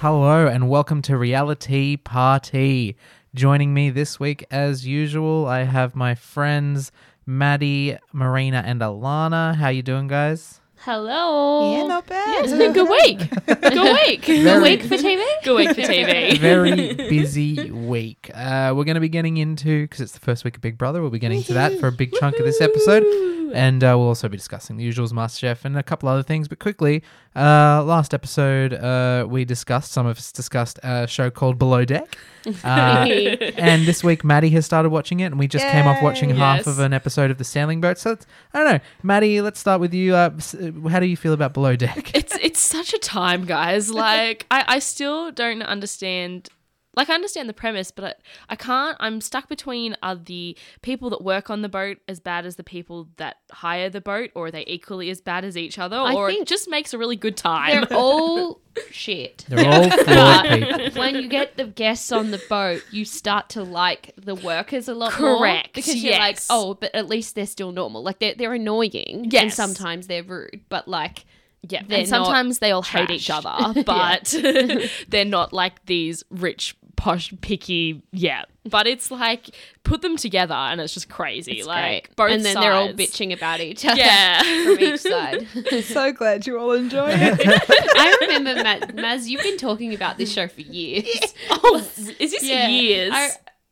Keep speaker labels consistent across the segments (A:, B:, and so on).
A: Hello and welcome to Reality Party. Joining me this week, as usual, I have my friends Maddie, Marina, and Alana. How you doing, guys?
B: Hello.
C: Yeah, not bad.
B: Yeah, it's been a good week. Good week.
A: Very-
B: Good week for TV. Good week for TV.
A: Very busy week. Uh, we're going to be getting into because it's the first week of Big Brother. We'll be getting to that for a big chunk of this episode, and uh, we'll also be discussing the usuals, MasterChef, and a couple other things. But quickly, uh, last episode uh, we discussed some of us discussed a show called Below Deck. Uh, and this week Maddie has started watching it, and we just came off watching
B: Yay.
A: half
B: Yes.
A: of an episode of the Sailing Boat. So it's, I don't know, Maddie. Let's start with you. Uh, s- uh, how do you feel about Below Deck?
B: it's it's such a time, guys. Like I, I still don't understand. Like I understand the premise, but I, I can't. I'm stuck between are the people that work on the boat as bad as the people that hire the boat, or are they equally as bad as each other,
D: I
B: or it
D: think-
B: just makes a really good time.
D: They're all shit.
A: They're all flawed people.
D: But when you get the guests on the boat, you start to like the workers a lot more.
B: Correct,
D: Because you're like,
B: yes.
D: oh, but at least they're still normal. Like they're, they're annoying. And
B: Yes.
D: sometimes they're rude. But like,
B: Yeah,
D: they're
B: and sometimes they all hate each
D: trashed.
B: other, but they're not like these rich, posh, picky. Yeah, but it's like put them together, and it's just crazy.
D: it's
B: like
D: great.
B: both,
D: And then they're all
B: sides.
D: bitching about each other.
B: Yeah.
D: From each side.
C: So glad you all enjoy it.
D: I remember, Ma- Maz, you've been talking about this show for years.
B: Oh, is this
D: Yeah.
B: years?
D: I-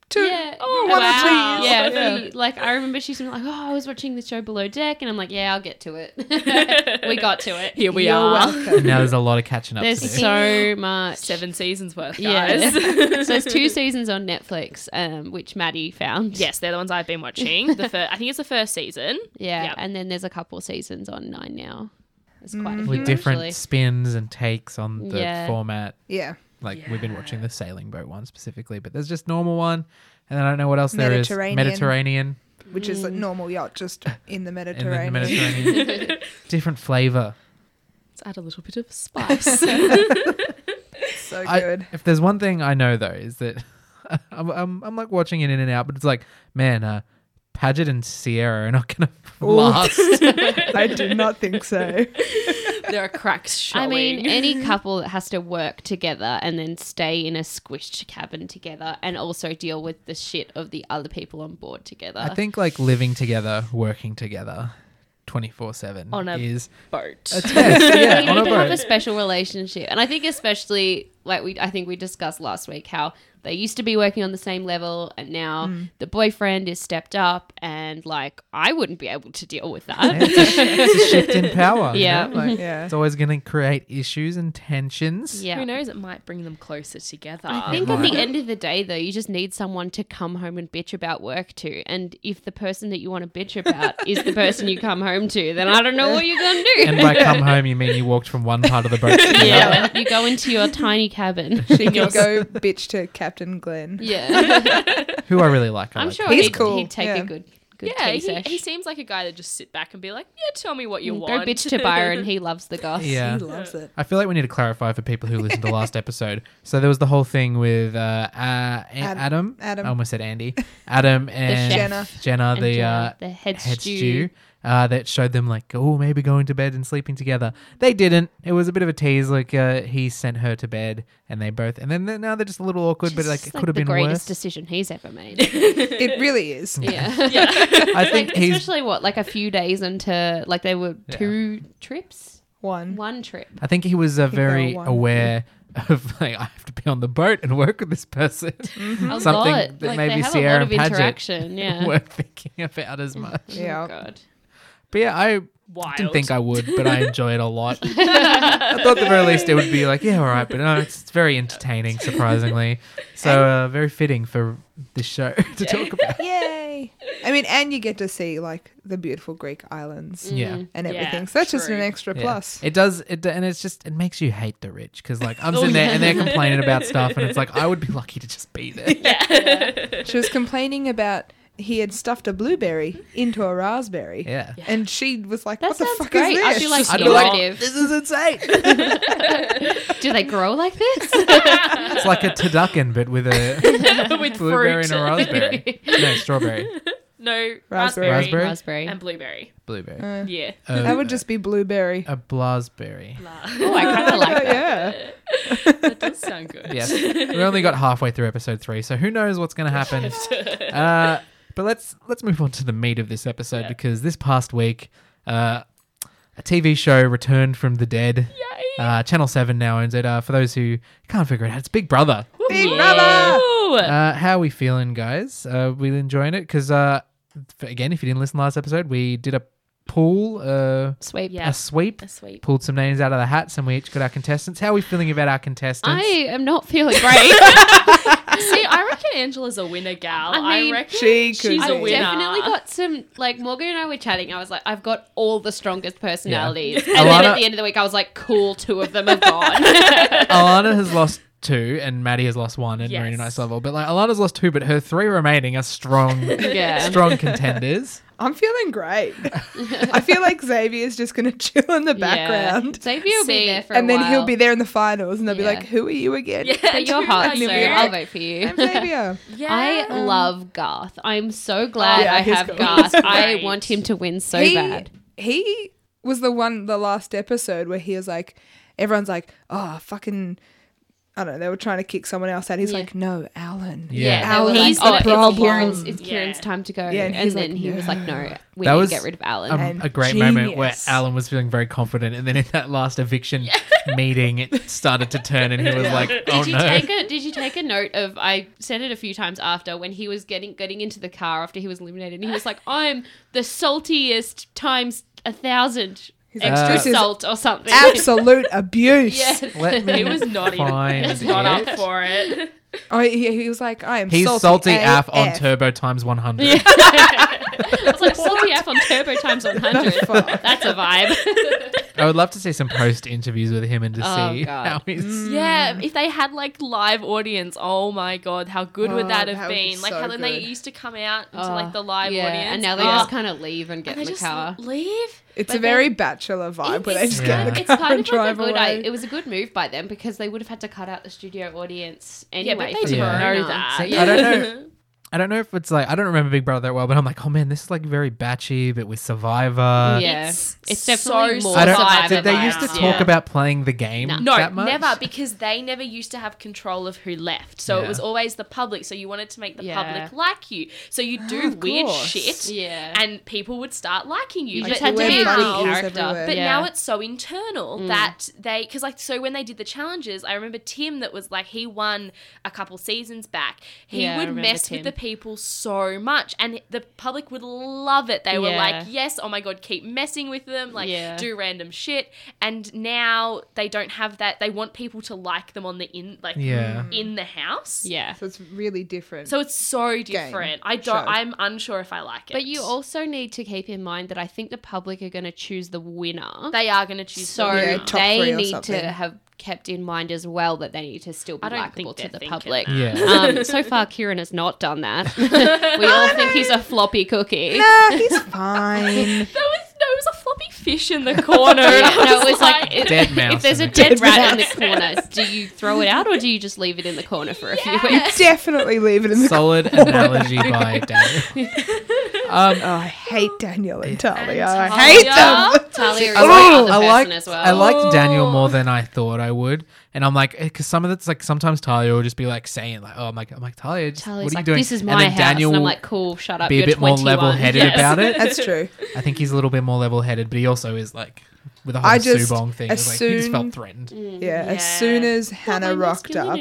C: Two-
D: yeah.
B: Oh,
C: one or two
D: wow.
C: years.
D: Yeah,
C: Yeah.
D: we- like I remember she's been like, "Oh, I was watching the show Below Deck," and I'm like, "Yeah, I'll get to it." we got to it.
B: Here we
C: You're
B: are.
C: welcome.
A: now there's a lot of catching up.
D: There's
A: to do.
D: so much.
B: Seven seasons worth,
D: Yeah.
B: guys.
D: so there's two seasons on Netflix, um, which Maddie found.
B: yes, they're the ones I've been watching. The fir- I think it's the first season.
D: Yeah,
B: Yep.
D: and then there's a couple seasons on Nine now. There's quite a few
A: with different
D: Mm-hmm. actually.
A: spins and takes on the
D: Yeah.
A: format.
C: Yeah.
A: Like we've been watching the sailing boat one specifically, but there's just normal one, and I don't know what else there is.
C: Mediterranean.
A: Mediterranean
C: Which is a normal yacht just in the
A: and then the
C: Mediterranean.
A: Mediterranean, different flavor.
B: Let's add a little bit of spice.
C: so
A: I-
C: good.
A: if there's one thing I know though is that I'm, I'm, I'm like watching it in and out, but it's like man, uh, Paget and Sierra are not gonna
C: Ooh.
A: last.
C: I do not think so.
B: there are cracks showing.
D: I mean, any couple that has to work together and then stay in a squished cabin together and also deal with the shit of the other people on board together.
A: I think like living together, working together, twenty four seven
B: On a-
A: is
B: boat.
A: a test.
D: you
A: yeah, on
D: need
A: a
D: to have a
A: boat.
D: special relationship, and I think especially like we, I think we discussed last week how they used to be working on the same level, and now
C: Mm.
D: the boyfriend is stepped up, and like I wouldn't be able to deal with
A: Yeah,
D: that.
A: it's, a, it's a shift in power. you
D: Yeah.
A: know, like,
C: Yeah.
A: It's always going to create issues and tensions.
D: yeah.
B: Who knows? It might bring them closer together.
D: I think at the end of the day, though, you just need someone to come home and bitch about work to. And if the person that you want to bitch about is the person you come home to, then I don't know what you're going to do.
A: And by come home, you mean you walked from one part of the boat to the other.
D: yeah. You go into your tiny cabin.
C: She can go bitch to Captain Glenn.
D: yeah.
A: Who I really like. I
D: I'm
A: like
D: sure
A: him.
C: He's
D: he'd,
C: cool,
D: he'd take
C: yeah.
D: a good, good
B: yeah,
D: tea
B: he,
D: sesh.
B: he seems like a guy that just sit back and be like, yeah, tell me what you
D: Mm,
B: want.
D: Go bitch to Byron. He loves the goss.
A: Yeah.
C: He loves it.
A: I feel like we need to clarify for people who listened to last episode. So there was the whole thing with uh, uh, A-
C: Ad-
A: Adam.
C: Adam.
A: I almost said Andy. Adam and
D: chef.
C: Jenna.
A: Jenna,
D: And
A: the,
D: Jenna,
A: uh,
D: the head stew.
A: uh, that showed them like, oh, maybe going to bed and sleeping together. They didn't. It was a bit of a tease. Like uh, he sent her to bed, and they both. And then they're, now they're just a little awkward. but
D: Just
A: like it
D: like
A: could have
D: the
A: been
D: greatest
A: worse.
D: decision he's ever made.
C: It really is.
D: yeah.
A: I think
D: Like,
A: he's.
D: especially what, like a few days into, like they were
A: Yeah.
D: two trips?
C: One.
D: One trip.
A: I think he was uh,
C: they were
A: very
C: one.
A: aware of like I have to be on the boat and work with this person.
D: A
A: Something
D: lot.
A: that
D: Like,
A: maybe
D: they have
A: Sierra
D: a
A: and
D: lot of
A: Padgett
D: interaction. Yeah.
A: weren't thinking about as much.
C: Yeah.
D: Oh, God.
A: But yeah, I
B: Wild.
A: didn't think I would, but I enjoy it a lot. I thought at the very least it would be like, yeah, all right, but no, it's, it's very entertaining, surprisingly. So uh, very fitting for this show to talk about.
C: Yay. I mean, and you get to see like the beautiful Greek islands
A: Mm. Yeah.
C: and
B: Yeah,
C: everything. so that's just
B: true.
C: an extra
A: Yeah.
C: plus.
A: It does, it, do- and it's just it makes you hate the rich because like I'm sitting there and they're complaining about stuff, and it's like I would be lucky to just be there.
C: She was complaining about he had stuffed a blueberry into a raspberry.
A: Yeah.
C: And she was like,
D: That
C: What the
D: sounds
C: fuck
D: great.
C: is
D: I
C: this?
D: feel like
A: I'd be like,
D: innovative.
A: this is insane.
D: Do they grow like this?
A: It's like a turducken, but with a
B: with
A: blueberry
B: fruit.
A: and a raspberry. No, strawberry.
B: no raspberry,
C: Raspberry.
A: Raspberry?
D: Raspberry.
B: and blueberry.
A: Blueberry.
C: Uh,
B: Yeah.
A: Uh,
C: that would just be blueberry.
A: a blasberry.
D: Oh, I kind of like that.
C: yeah.
B: that does sound good.
A: Yes, we only got halfway through episode three, so who knows what's going to happen. Uh, but let's let's move on to the meat of this episode because this past week, uh, a TV show returned from the dead.
B: Yay.
A: Uh, Channel Seven now owns it. Uh, for those who can't figure it out, it's Big Brother.
C: Big Brother.
B: Ooh.
A: Uh, how are we feeling, guys? Uh, we enjoying it because uh, f- again, if you didn't listen last episode, we did a pool, uh,
D: Sweep.
B: Yeah.
A: a sweep,
B: A sweep.
A: pulled some names out of the hats, and we each got our contestants. How are we feeling about our contestants?
D: I am not feeling great.
B: See, I reckon Angela's a winner gal.
D: I
B: I,
D: mean,
B: reckon
C: She could
B: She's a
C: be.
D: I've
B: winner.
D: definitely got some. Like Morgan and I were chatting. I was like, I've got all the strongest personalities. And then
A: Alana-
D: at the end of the week, I was like, cool. Two of them are gone.
A: Alana has lost two, and Maddie has lost one, and we're in a
B: Yes.
A: nice level. But like Alana's lost two, but her three remaining are strong,
D: yeah.
A: strong contenders.
C: I'm feeling great. I feel like Xavier's just going to chill in the background.
D: Xavier will be there for
C: And
D: a
C: then he'll
D: while.
C: be there in the finals and they'll
D: Yeah.
C: be like, Who are you again?
B: Yeah.
D: But you're hot, so
B: Xavier.
D: I'll vote for you.
C: I'm Xavier.
B: Yeah.
D: I love Garth. I'm so glad
C: Yeah,
D: I
C: he's
D: have
C: good.
D: Garth.
B: He's
D: I
B: great.
D: want him to win so
C: he,
D: bad.
C: He was the one, the last episode where he was like, everyone's like, oh, fucking, I don't know, they were trying to kick someone else out. He's
D: Yeah.
C: like, no, Alan.
A: Yeah. Yeah,
D: they were
C: Alan,
D: like,
C: he's
D: "Oh,
C: the problem.
D: It's Kieran's, it's Kieran's
B: Yeah.
D: time to go.
C: Yeah,
D: and
C: and he's
D: then
C: like,
D: he was like, no, we
A: That
D: need
A: was
D: to get rid of
A: A,
D: Alan.
C: And
A: Um, a great moment where
C: genius.
A: Alan was feeling very confident, and then in that last eviction meeting, it started to turn, and he was like, "Oh
D: did you
A: no."
D: take a did you take a note of I said it a few times after when he was getting getting into the car after he was eliminated and he was like I'm the saltiest times a thousand
C: like,
D: extra
C: "This is
D: salt or something
C: Absolute abuse.
D: yes
A: Let me-
B: He was not even.
A: Fine,
B: He was not
A: idiot.
B: up for it.
C: Oh, he, he was like, I am
A: He's salty,
C: salty,
A: AF on
C: AF.
A: turbo times 100.
D: I was like salty F on turbo times 100
C: Fuck.
D: that's a vibe
A: I would love to see some post interviews with him and to
D: Oh,
A: see
D: God.
A: how he's.
B: Mm. Yeah, if they had like live audience, oh my god, how good
C: Oh,
B: would that have
C: that would be
B: been? like
C: so
B: how then they
C: good.
B: used to come out into
D: Oh,
B: like the live
D: yeah,
B: audience,
D: and now they
B: Oh,
D: just kind of leave Ah. and get
B: and they
D: in the
B: just
D: car
B: leave.
C: It's
B: But
C: a very
B: then-
C: bachelor vibe where they
B: it's
C: just
A: Yeah.
C: get in the
D: It's
C: car
D: kind
C: and
D: of like a
C: drive
D: good. I,
C: away.
D: it was a good move by them because they would have had to cut out the studio audience
B: Yeah,
D: anyway.
B: but they
D: for
B: don't
A: didn't Yeah.
D: Corona.
B: know that.
A: See, I don't know. I don't know if it's like I don't remember Big Brother that well, but I'm like, oh man, this is like very batchy, but with Survivor.
D: yeah, it's,
B: It's
D: definitely
B: so
D: more
A: I don't.
D: Survivor.
A: did they
D: vibes,
A: used to
D: yeah.
A: talk about playing the game
D: No.
B: No,
A: that much?
B: never, because they never used to have control of who left. So
A: Yeah.
B: it was always the public. So you wanted to make the
D: Yeah.
B: public like you. So you do
C: of
B: weird
C: course.
B: shit,
D: Yeah,
B: and people would start liking you.
D: you
B: But
D: just
C: Like,
D: had to be a
C: wear
B: now-
D: good
C: buddy ears
D: character.
C: everywhere.
B: But
D: yeah. Mm.
B: now it's so internal that they, because like, so when they did the challenges, I remember Tim that was like, he won a couple seasons back. He
D: Yeah, I
B: would
D: remember
B: mess
D: Tim.
B: with the people so much, and the public would love it. They were
D: Yeah.
B: like, yes, oh my God, keep messing with them, like,
D: Yeah.
B: do random shit. And now they don't have that. They want people to like them on the in, like,
A: Yeah.
B: in the house.
D: yeah.
C: so it's really different.
B: So it's so different. I don't,
C: show.
B: I'm unsure if I like it.
D: But you also need to keep in mind that I think the public are going to choose the winner.
B: they are going to choose.
D: so
B: the
C: Yeah,
B: winner.
C: top three
D: they
C: or
D: need
C: something.
D: to have kept in mind as well that they need to still be
B: I don't
D: likable
B: think
D: to the
B: they're
D: public.
B: thinking
A: that.
D: Um, so far, Kieran has not done that. we all think he's a floppy cookie.
C: nah, he's fine.
B: There was there was a floppy fish in the corner.
D: Yeah,
B: and I
D: no,
B: was
D: it's like it-
A: Dead mouse
D: if there's
A: in
D: a
A: the
D: dead
C: corner.
D: rat in the corner, do you throw it out or do you just leave it in the corner for a few
C: You
D: weeks?
C: definitely leave it in the
A: Solid analogy by Daniel. Um,
C: Oh, I hate Daniel and Talia. I
B: Talia.
C: hate them. Oh,
D: Talia is
A: I
D: the
A: like,
D: other
A: I
D: person
A: like,
D: as
A: I
D: well.
A: liked Daniel
B: Oh.
A: more than I thought I would, and I'm like, because some of it's like sometimes Talia will just be like saying like, oh, I'm like, I'm like Talia, just, what are
D: Talia's
A: you
D: like,
A: doing?
D: this is
A: And
D: my
A: then
D: house.
A: Daniel
D: and I'm
A: will
D: like, cool, shut up.
A: be a
D: you're
A: bit more
D: 21."
A: level-headed
D: Yes.
A: about it.
C: That's true.
A: I think he's a little bit more level headed, but he also is like with the whole
C: I just
A: Subong thing. It's like he just
C: assume-
A: felt
D: Mm.
A: threatened.
C: Yeah, as soon as Hannah rocked up,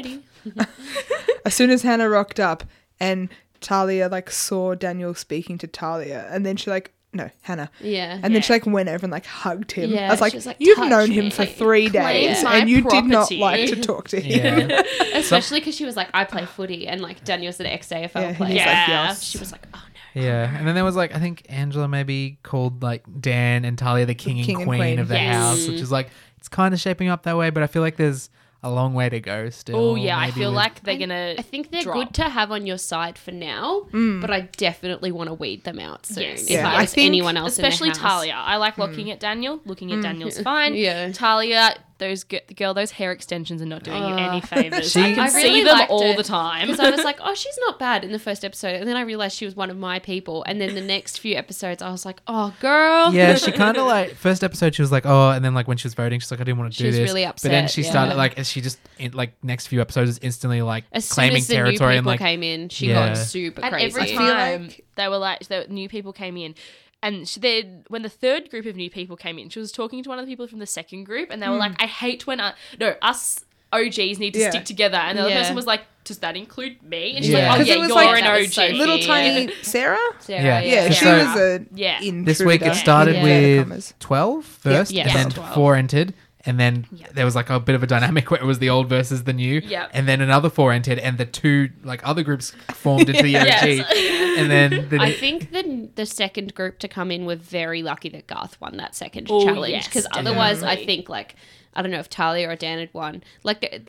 C: as soon as Hannah rocked up and Talia like saw Daniel speaking to Talia and then she like no, Hannah.
D: Yeah.
C: And then she like went over and like hugged him.
D: Yeah,
C: I was like,
D: she was like,
C: You've
D: "Touch
C: known him
D: me."
C: for three
B: "Claim
C: days
B: my
C: and you did not
B: property."
C: like to talk to him.
A: Yeah.
D: Especially because she was like, I play footy, and like Daniel's an ex AFL
C: Yeah, he
D: player.
C: was like,
B: Yeah.
C: yes.
D: She was like, oh
A: yeah. And then there was like I think Angela maybe called like Dan and Talia the king,
C: King
A: and,
C: and
A: queen
C: queen,
A: of the
B: yes.
A: house, which is like it's kind of shaping up that way, but I feel like there's a long way to go still.
B: Oh yeah, I
A: maybe
B: feel
A: with-
B: like they're
D: I-
B: gonna.
D: I think they're
B: drop.
D: good to have on your side for now, but I definitely want to weed them out soon.
B: Yes.
D: If
C: Yeah,
D: I
C: I
D: was
C: think-
D: anyone else, in the
B: Especially
D: house. Hmm.
B: Talia. I like looking at Daniel. Looking at Daniel's fine.
D: Yeah.
B: Talia Those gi- girl, those hair extensions are not doing you
D: Ugh.
B: any favors.
A: She-
B: Ah. I can
A: I
D: really
B: see them
D: liked
B: all
D: it.
B: the time.
D: Because I was like, oh, she's not bad in the first episode. And then I realized she was one of my people. And then the next few episodes, I was like, oh, girl.
A: Yeah, she kind of like first episode she was like oh, and then like when she was voting she's like I didn't want to
D: She
A: do
D: was
A: this.
D: really
A: But then
D: upset,
A: she
D: yeah.
A: started like she just in, like next few episodes is instantly like
D: As soon
A: claiming
D: as the
A: territory
D: new
A: and
D: people
A: like
D: came in, she
A: Yeah.
D: got super
B: and
D: crazy.
B: every
C: feel
B: time
C: like-
B: they were like, the new people came in. And she, then when the third group of new people came in, she was talking to one of the people from the second group, and they were like, "I hate when I, no us OGs need to
C: Mm. Yeah.
B: stick together." And the other
D: Yeah.
B: person was like, "Does that include me?" And she's
A: Yeah.
B: like, "Oh
C: 'Cause
B: yeah,
C: it was
B: you're
C: like-
B: an
D: that
B: OG."
D: was so
C: little
D: Yeah.
C: tiny Sarah.
D: Sarah,
A: Yeah.
C: Yeah, she
A: So-
C: was a
B: Yeah.
C: intruder.
A: this week it started
D: Yeah.
A: with
C: Commas.
A: 12 first
D: Yeah.
A: and then
B: 12.
A: four entered and then
B: Yeah.
A: there was like a bit of a dynamic where it was the old versus the new
B: Yeah.
A: and then another four entered and the two like other groups formed into the OG
B: Yes.
A: and then the
D: I think the the second group to come in were very lucky that Garth won that second
B: Oh,
D: challenge
B: yes,
D: because otherwise I
B: definitely.
D: think like I don't know if Talia or Dan had won like th-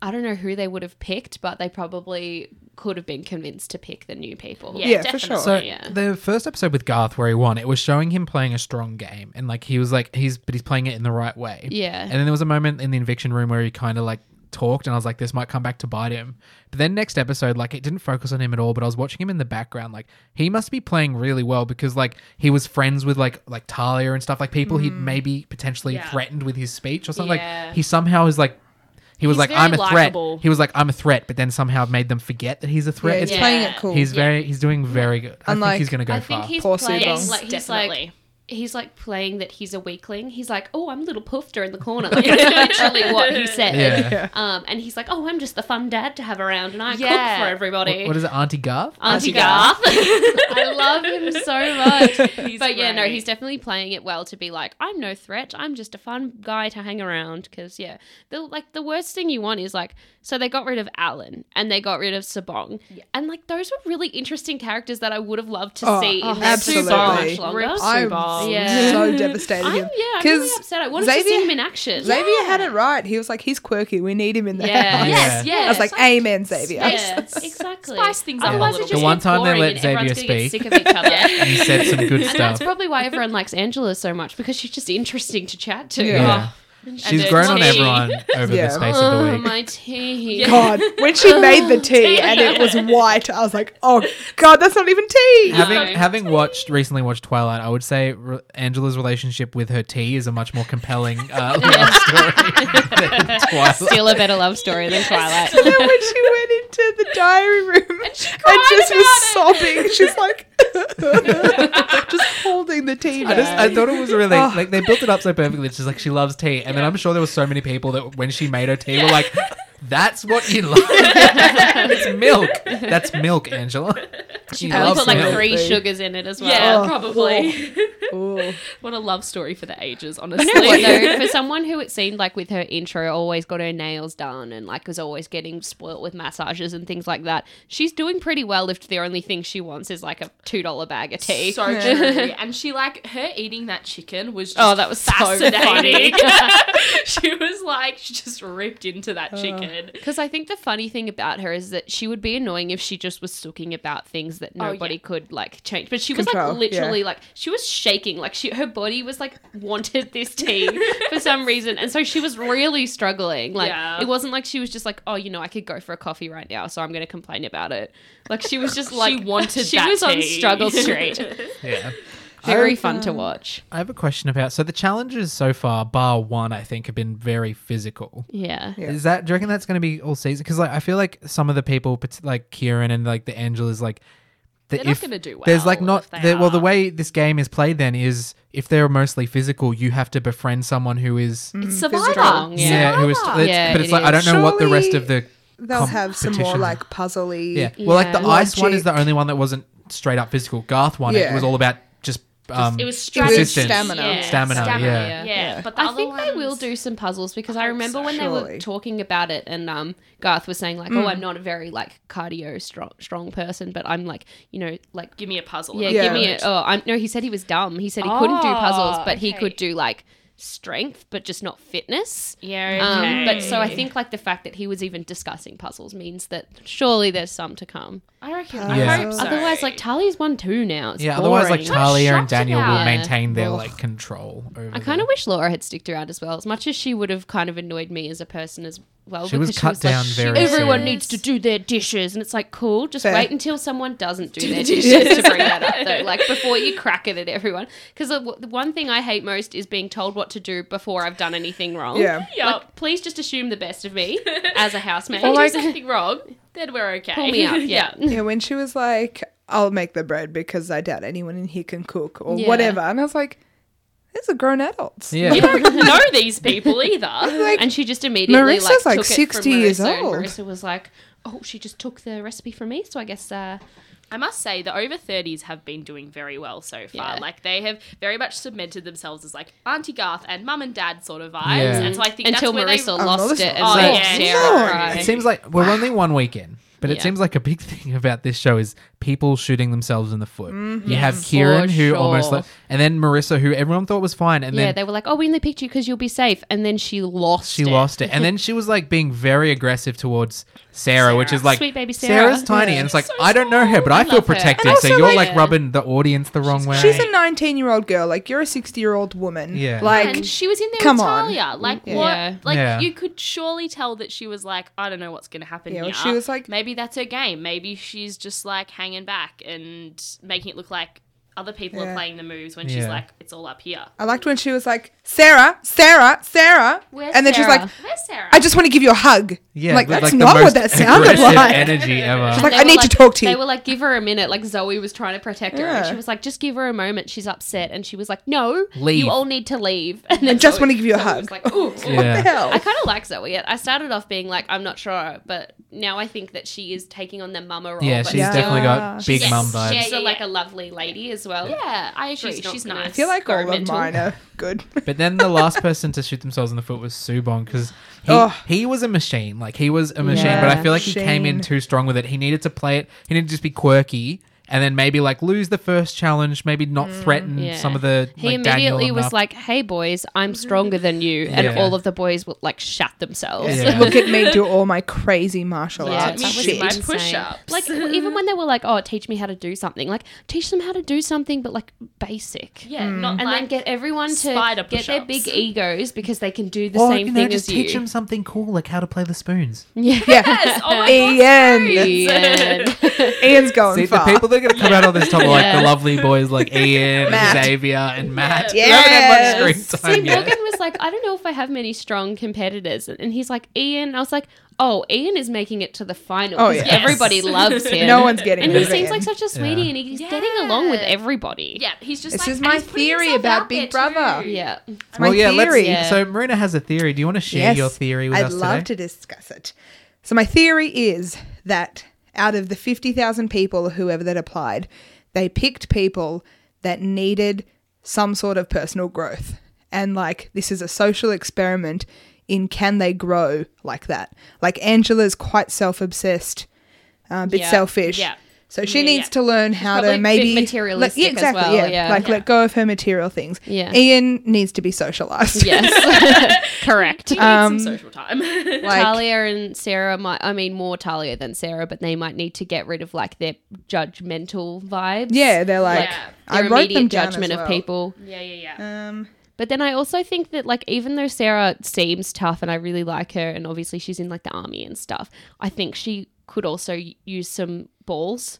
D: I don't know who they would have picked but they probably could have been convinced to pick the new people
B: Yeah,
C: Yeah, for
B: definitely.
C: sure.
A: So
D: yeah.
A: the first episode with Garth where he won, it was showing him playing a strong game and like he was like he's but he's playing it in the right way.
D: Yeah.
A: And then there was a moment in the eviction room where he kind of like talked and I was like this might come back to bite him. But then next episode like it didn't focus on him at all, but I was watching him in the background like he must be playing really well because like he was friends with like like Talia and stuff like people he'd maybe potentially
B: Yeah.
A: threatened with his speech or something
D: Yeah.
A: like he somehow is like he was
B: He's
A: like
B: very
A: I'm a
B: likable.
A: threat. He was like I'm a threat, but then somehow made them forget that he's a
C: Yeah,
A: threat.
C: he's
A: It's
B: Yeah.
C: playing it cool.
A: He's
B: Yeah.
A: very he's doing very good. I think
C: Unlike-
A: he's gonna go
D: I
A: far.
D: think he's
C: Poor
D: playing
C: Sudong.
D: like he's
B: Definitely.
D: like he's like playing that he's a weakling he's like oh I'm little poofter in the corner like that's literally what he said
A: yeah.
C: Yeah.
D: um and he's like oh I'm just the fun dad to have around and I
B: Yeah.
D: cook for
A: What-
D: everybody
A: what is it, Auntie Garth?
D: Auntie
B: Auntie
D: Garth.
B: Garth.
D: I love him so much.
B: He's
D: but yeah, no,
B: great.
D: he's definitely playing it well to be like, I'm no threat. I'm just a fun guy to hang around. Because yeah, the like the worst thing you want is like, so they got rid of Alan and they got rid of Sabong, and like those were really interesting characters that I would have loved to
C: Oh,
D: see
C: oh,
D: in their
C: absolutely.
D: so much longer.
B: Rip
C: I'm
B: Subal.
D: Yeah.
C: so devastated.
D: I'm, yeah,
C: again.
D: I'm really
C: 'Cause
D: upset. I wanted to
C: Xavier-
D: see him in action.
C: Xavier had it right. He was like, he's quirky. We need him in there.
D: Yeah.
B: Yes,
A: Yeah.
B: yes.
C: I was like, amen, Xavier.
D: Yeah, exactly.
B: Spice things up a
D: Otherwise, it
B: little bit.
D: just
A: The one
D: gets
A: time they
D: boring
A: let
D: and everyone's
A: Xavier
D: gonna get
A: speak.
D: sick of each other.
A: He said some good
D: And that's
A: stuff.
D: probably why everyone likes Angela so much because she's just interesting to chat to.
A: Yeah.
B: Oh,
C: Yeah.
A: She's
B: then
A: grown on
B: tea.
A: everyone over
C: Yeah.
A: the space
D: Oh,
A: of the week.
D: my tea.
C: God, when she made the tea and it was white, I was like, oh, God, that's not even tea.
A: Having having watched recently watched Twilight, I would say re- Angela's relationship with her tea is a much more compelling uh, love story than Twilight.
D: Still a better love story than Twilight.
C: And when she went into the diary room and, just was sobbing, she's like, just holding the tea.
A: I just
C: bag.
A: I thought it was really
C: Oh.
A: like they built it up so perfectly. She's like she loves tea, and then I'm sure there were so many people that when she made her tea were like, "That's what you love. it's milk. That's milk, Angela." She
D: I
A: loves
D: put like
A: milk.
D: three sugars in it as well.
B: Yeah,
C: Oh.
B: probably.
C: Ooh.
B: what a love story for the ages,
D: You
B: honestly.
D: know what though? For someone who it seemed like with her intro always got her nails done and like was always getting spoilt with massages and things like that, she's doing pretty well if the only thing she wants is like a two dollar bag of tea.
B: So true. And she like her eating that chicken was just
D: Oh, that was so
B: fascinating.
D: funny.
B: she was like she just ripped into that chicken.
D: Because I think the funny thing about her is that she would be annoying if she just was sooking about things that
B: Oh, yeah.
D: nobody could like change. But she was
C: Control,
D: like literally like she was shaking, like she her body was like wanted this tea for some reason, and so she was really struggling. Like
B: Yeah.
D: it wasn't like she was just like, oh, you know, I could go for a coffee right now, so I'm going to complain about it. Like she was just like
B: wanted
D: she
B: that
D: was on
B: tea.
D: struggle street.
A: Yeah.
D: Very
A: I-
D: fun to watch.
A: I have a question about so the challenges so far, bar one, I think have been very physical.
D: Yeah.
C: Yeah.
A: Is that do you reckon that's going to be all season? Because like I feel like some of the people, pat- like Kieran and like the Angela's, like that
B: They're not gonna do
A: There's like
B: well
A: not
B: if they
A: the- well the
B: are.
A: way this game is played then is if they're mostly physical, you have to befriend someone who is
D: It's
C: Survivor.
A: yeah, who is it's,
D: Yeah,
A: but it's
D: it
A: like I don't
D: is.
A: know what the rest of the
C: They'll have some more
A: competition-
C: like puzzly.
A: yeah. Well, like the
D: Yeah.
A: ice one is the
C: Logic.
A: only one that wasn't straight up physical. Garth one it
C: Yeah.
A: was all about just um
B: it was strategy.
A: persistence.
C: stamina.
B: Yeah.
A: Stamina, yeah.
B: Yeah.
D: Yeah.
B: But the
D: I
B: other
D: think they will
B: ones-
D: do some puzzles because I remember when they were
C: Surely.
D: talking about it and um, Garth was saying like, "Oh,
B: Mm.
D: I'm not a very like cardio strong strong person, but I'm like, you know, like
B: Give me a puzzle.
D: yeah,
C: Yeah.
D: give me it." Oh, I'm no. He said he was dumb. He said he couldn't do puzzles,
B: Oh,
D: but he could
B: okay.
D: do like strength, but just not fitness.
B: Yeah.
D: Um,
B: Okay.
D: But so I think like the fact that he was even discussing puzzles means that surely there's some to come.
B: I reckon.
A: Yeah.
B: I hope so.
D: Otherwise, like Tali's won two now. It's
A: yeah, otherwise, like
D: boring.
A: Talia and
B: shocked
A: Daniel will
D: about it.
A: maintain their
C: Ugh.
A: like control over.
D: I kind
A: them.
D: of wish Laura had sticked around as well, as much as she would have kind of annoyed me as a person as well.
A: She was
D: because
A: cut down very
D: Everyone
A: soon.
D: needs to do their dishes, and it's like cool. Just
C: Fair.
D: wait until someone doesn't do their
B: dishes.
D: dishes to bring that up, though. Like before you crack it at everyone, because the one thing I hate most is being told what to do before I've done anything wrong.
C: Yeah.
D: Like, please just assume the best of me as a housemate.
B: If I
D: Like,
B: do something wrong, then we're okay.
D: pull me up. Yeah.
C: Yeah, when she was like, I'll make the bread because I doubt anyone in here can cook or
D: Yeah.
C: whatever. And I was like, these are grown adults.
A: Yeah.
B: You don't know these people either.
C: Like,
D: and she just immediately
C: Marissa's,
D: like,
C: like,
D: took
C: 60
D: it from
C: years
D: Marissa, and
C: old.
D: Marissa was like, "Oh, she just took the recipe from me, so I guess uh,
B: I must say, the over 30s have been doing very well so far.
D: Yeah.
B: Like, they have very much cemented themselves as, like, Auntie Garth and Mum and Dad sort of vibes.
A: Yeah.
B: And so I think
D: until
B: that's where
D: Marissa
C: Oh,
D: lost
C: Marissa-
D: it." And
B: Oh,
D: like,
B: yeah.
D: Sarah
C: No.
D: cried.
A: It seems like we're only one week in, but it
D: Yeah.
A: seems like a big thing about this show is people shooting themselves in the foot. You have
D: Yes.
A: Kieran
D: For
A: who almost,
D: sure.
A: lo- and then Marissa who everyone thought was fine, and
D: yeah,
A: then
D: they were like, "Oh, we only picked you because you'll be safe," and then she lost.
A: she
D: it.
A: lost it, and then she was like being very aggressive towards Sarah, which is like
D: Sweet baby Sarah.
A: Sarah's tiny,
C: Yeah.
A: and it's like
B: So
A: I don't know her, but I,
D: I
A: feel
D: love her.
A: protected.
C: And
A: so
C: also,
A: you're
C: like-
A: like, rubbing the audience the wrong way.
C: She's a 19 year old girl. Like, you're a 60 year old woman.
A: Yeah.
C: Like,
B: and she was in there
C: come
B: with
C: on.
B: Talia. Like
C: Yeah.
B: what?
D: Yeah.
B: Like
A: Yeah.
B: you could surely tell that she was like, I don't know what's going to happen
C: Yeah, well,
B: here.
C: she was like-
B: maybe that's her game. Maybe she's just like hanging back and making it look like other people
C: Yeah.
B: are playing the moves when she's
A: Yeah.
B: like, it's all up here.
C: I liked when she was like, Sarah, Sarah, Sarah.
D: Where's
C: and then she's like,
D: Sarah?
B: Where's Sarah?
C: I just want to give you a hug.
A: yeah,
C: Like,
A: with,
C: that's
A: the
C: not
A: most
C: what that sounded
A: aggressive
C: like.
A: Energy ever.
C: She's like,
D: They
C: I
D: were
C: need to talk to
D: They
C: you.
D: were like, give her a minute. Like Zoe was trying to protect her. And
C: Yeah.
D: she was like, just give her a moment. She's upset. And she was like, no,
A: Leave.
D: you all need to leave. And then
C: I just
D: Zoe-
C: want to give you a
D: Zoe
C: hug.
D: was like, "Ooh, ooh."
A: Yeah.
C: What the hell?
D: I kind of like Zoe. I started off being like, I'm not sure, but now I think that she is taking on the mama role.
A: yeah,
D: but
A: she's
C: Yeah.
D: still-
A: definitely got
C: Yes.
A: big
B: Yes.
A: mum
B: Yeah,
A: vibes.
D: oh She's
B: yeah,
D: a- like
B: yeah.
D: a lovely lady as well.
B: yeah, I agree. She's,
D: She's not gonna-
B: nice.
C: I feel like all of
D: experimental.
C: mine are good.
A: But then the last person to shoot themselves in the foot was Subong because he,
C: Ugh.
A: he was a machine. Like he was a machine, but I
D: Yeah.
A: feel like he came in
C: Machine.
A: too strong with it. He needed to play it. He needed to just be quirky and then maybe like lose the first challenge, maybe not threaten
D: Mm, Yeah.
A: some of the.
D: He
A: like, Daniel
D: immediately was
A: enough.
D: like, "Hey boys, I'm stronger than you," and
A: Yeah.
D: all of the boys were like shut themselves.
A: Yeah.
C: Look at me do all my crazy martial
D: Yeah,
C: arts
D: that was
C: shit.
B: my
D: insane.
B: push-ups.
D: Like even when they were like, "Oh, teach me how to do something," like teach them how to do something, but like basic.
B: yeah, not
D: And
B: like
D: then get everyone
B: spider
D: to get their
B: push-ups.
D: big egos because they can do the
A: or,
D: same
A: you know,
D: thing
A: just
D: as
A: teach
D: you.
A: him something cool, like how to play the spoons.
D: Yeah.
C: Yeah.
B: Oh my God,
C: Ian.
D: And-
C: Ian's going
A: See,
C: far.
A: the people that are going to come out on this top are like
D: Yeah.
A: the lovely boys like Ian,
C: Matt.
A: and Xavier, and Matt.
C: Yeah.
A: They haven't had much
C: Yes.
A: screen
D: See,
A: time yet.
D: Morgan was like, I don't know if I have many strong competitors. And- And he's like, Ian. And I was like, oh, Ian is making it to the final.
C: Oh,
D: 'cause
C: yeah.
D: Everybody loves him.
C: No one's getting
D: And
C: rid
D: he
C: of
D: seems
C: Ian.
D: like such a sweetie
A: Yeah.
D: and he's getting along with
B: Yeah.
D: everybody.
B: yeah, he's just.
C: This
B: like,
C: is
B: and
C: my
B: he's putting
C: theory
B: himself
C: about
B: out
C: Big
B: there
C: Brother.
B: too.
D: Yeah.
C: It's my
A: well, yeah,
C: theory.
A: let's. So Marina has a theory. Do you want to share
C: Yes,
A: your theory with
C: I'd
A: us today?
C: love to discuss it. So my theory is that out of the 50,000 people or whoever that applied, they picked people that needed some sort of personal growth. And like this is a social experiment in can they grow like that? Like Angela's quite self-obsessed, a bit
D: Yeah,
C: selfish.
B: yeah.
C: So she
B: Yeah,
C: needs
B: yeah.
C: to learn how
D: probably a
C: to
D: bit
C: maybe
D: materialistic
C: yeah,
D: as
C: exactly,
D: well,
C: yeah,
D: yeah.
C: like let go of her material things.
D: Yeah.
C: Ian needs to be socialized.
D: Yes. Correct.
B: He needs
C: Um,
B: some social time.
C: like,
D: Talia and Sarah might, I mean, more Talia than Sarah, but they might need to get rid of like their judgmental vibes.
C: Yeah, they're like
B: Yeah.
C: I
D: Their
C: wrote
D: immediate
C: them down
D: judgment
C: as
D: of
C: well.
D: people.
B: yeah, yeah, yeah.
D: Uh,
C: Um,
D: But then I also think that like even though Sarah seems tough and I really like her and obviously she's in like the army and stuff, I think she could also y- use some balls.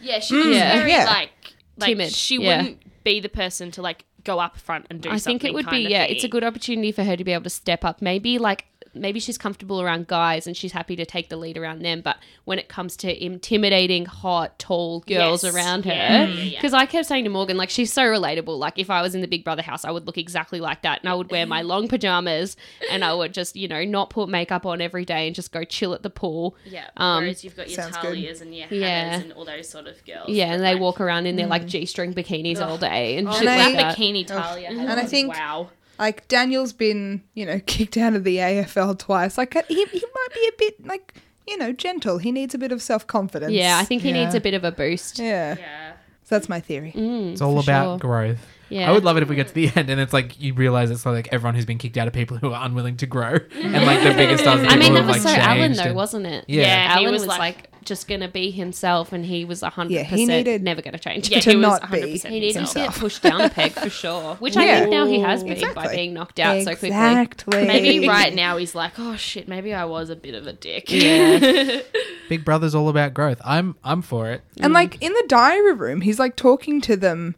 B: Yeah, she was
D: hmm, Yeah.
B: very
C: Yeah.
B: like, like
D: Timid,
B: She
D: yeah.
B: wouldn't be the person to like go up front and do.
D: I think it
B: something
D: would be
B: kind of
D: yeah, it's a
B: thing.
D: good opportunity for her to be able to step up. Maybe like maybe she's comfortable around guys and she's happy to take the lead around them, but when it comes to intimidating hot tall girls
B: Yes.
D: around her,
B: Yeah,
D: because
B: yeah, yeah.
D: I kept saying to Morgan like she's so relatable. Like if I was in the Big Brother house, I would look exactly like that and I would wear my long pajamas and I would just, you know, not put makeup on every day and just go chill at the pool.
B: Yeah.
D: Um,
B: Whereas you've got your
C: sounds good.
B: Talias and your Hannahs
D: Yeah.
B: and all those sort of girls.
D: Yeah, and they
B: Like,
D: walk around in their like g-string bikinis all day and
B: Mm. Oh,
D: shit
C: And
D: like
C: I-
D: that.
B: bikini Talia. has-
C: Oh, And I think-
B: wow.
C: like Daniel's been, you know, kicked out of the AFL twice. Like he, he might be a bit like, you know, gentle. He needs a bit of self confidence.
D: Yeah, I think he
A: Yeah.
D: needs a bit of a boost.
C: Yeah.
B: Yeah.
C: So that's my theory.
D: Mm,
A: It's all
D: for
A: about
D: sure.
A: growth.
D: Yeah.
A: I would love it if we get to the end and it's like you realize it's like everyone who's been kicked out of people who are unwilling to grow and like the biggest stars.
D: I mean,
A: people
D: that
A: who
D: was
A: have,
D: so
A: like,
D: Alan,
A: changed
D: though,
A: and-
D: wasn't it?
A: Yeah. Yeah,
B: he
D: Alan
B: was
D: was,
B: like-
D: like, just gonna be himself, and he was hundred
C: Yeah, he
D: percent
C: needed-
D: never gonna change.
B: Yeah,
D: he,
C: to
B: he was
C: not
B: 100%
C: be
B: himself.
D: needed to get
C: himself.
D: pushed down a peg for sure, which I
C: Yeah.
D: think now he has been by
C: Exactly.
D: being knocked out so quickly.
C: exactly.
B: Maybe right now he's like, oh shit, maybe I was a bit of a dick.
A: Big Brother's all about growth. I'm I'm for it.
C: And like
D: Mm.
C: in the diary room, he's like talking to them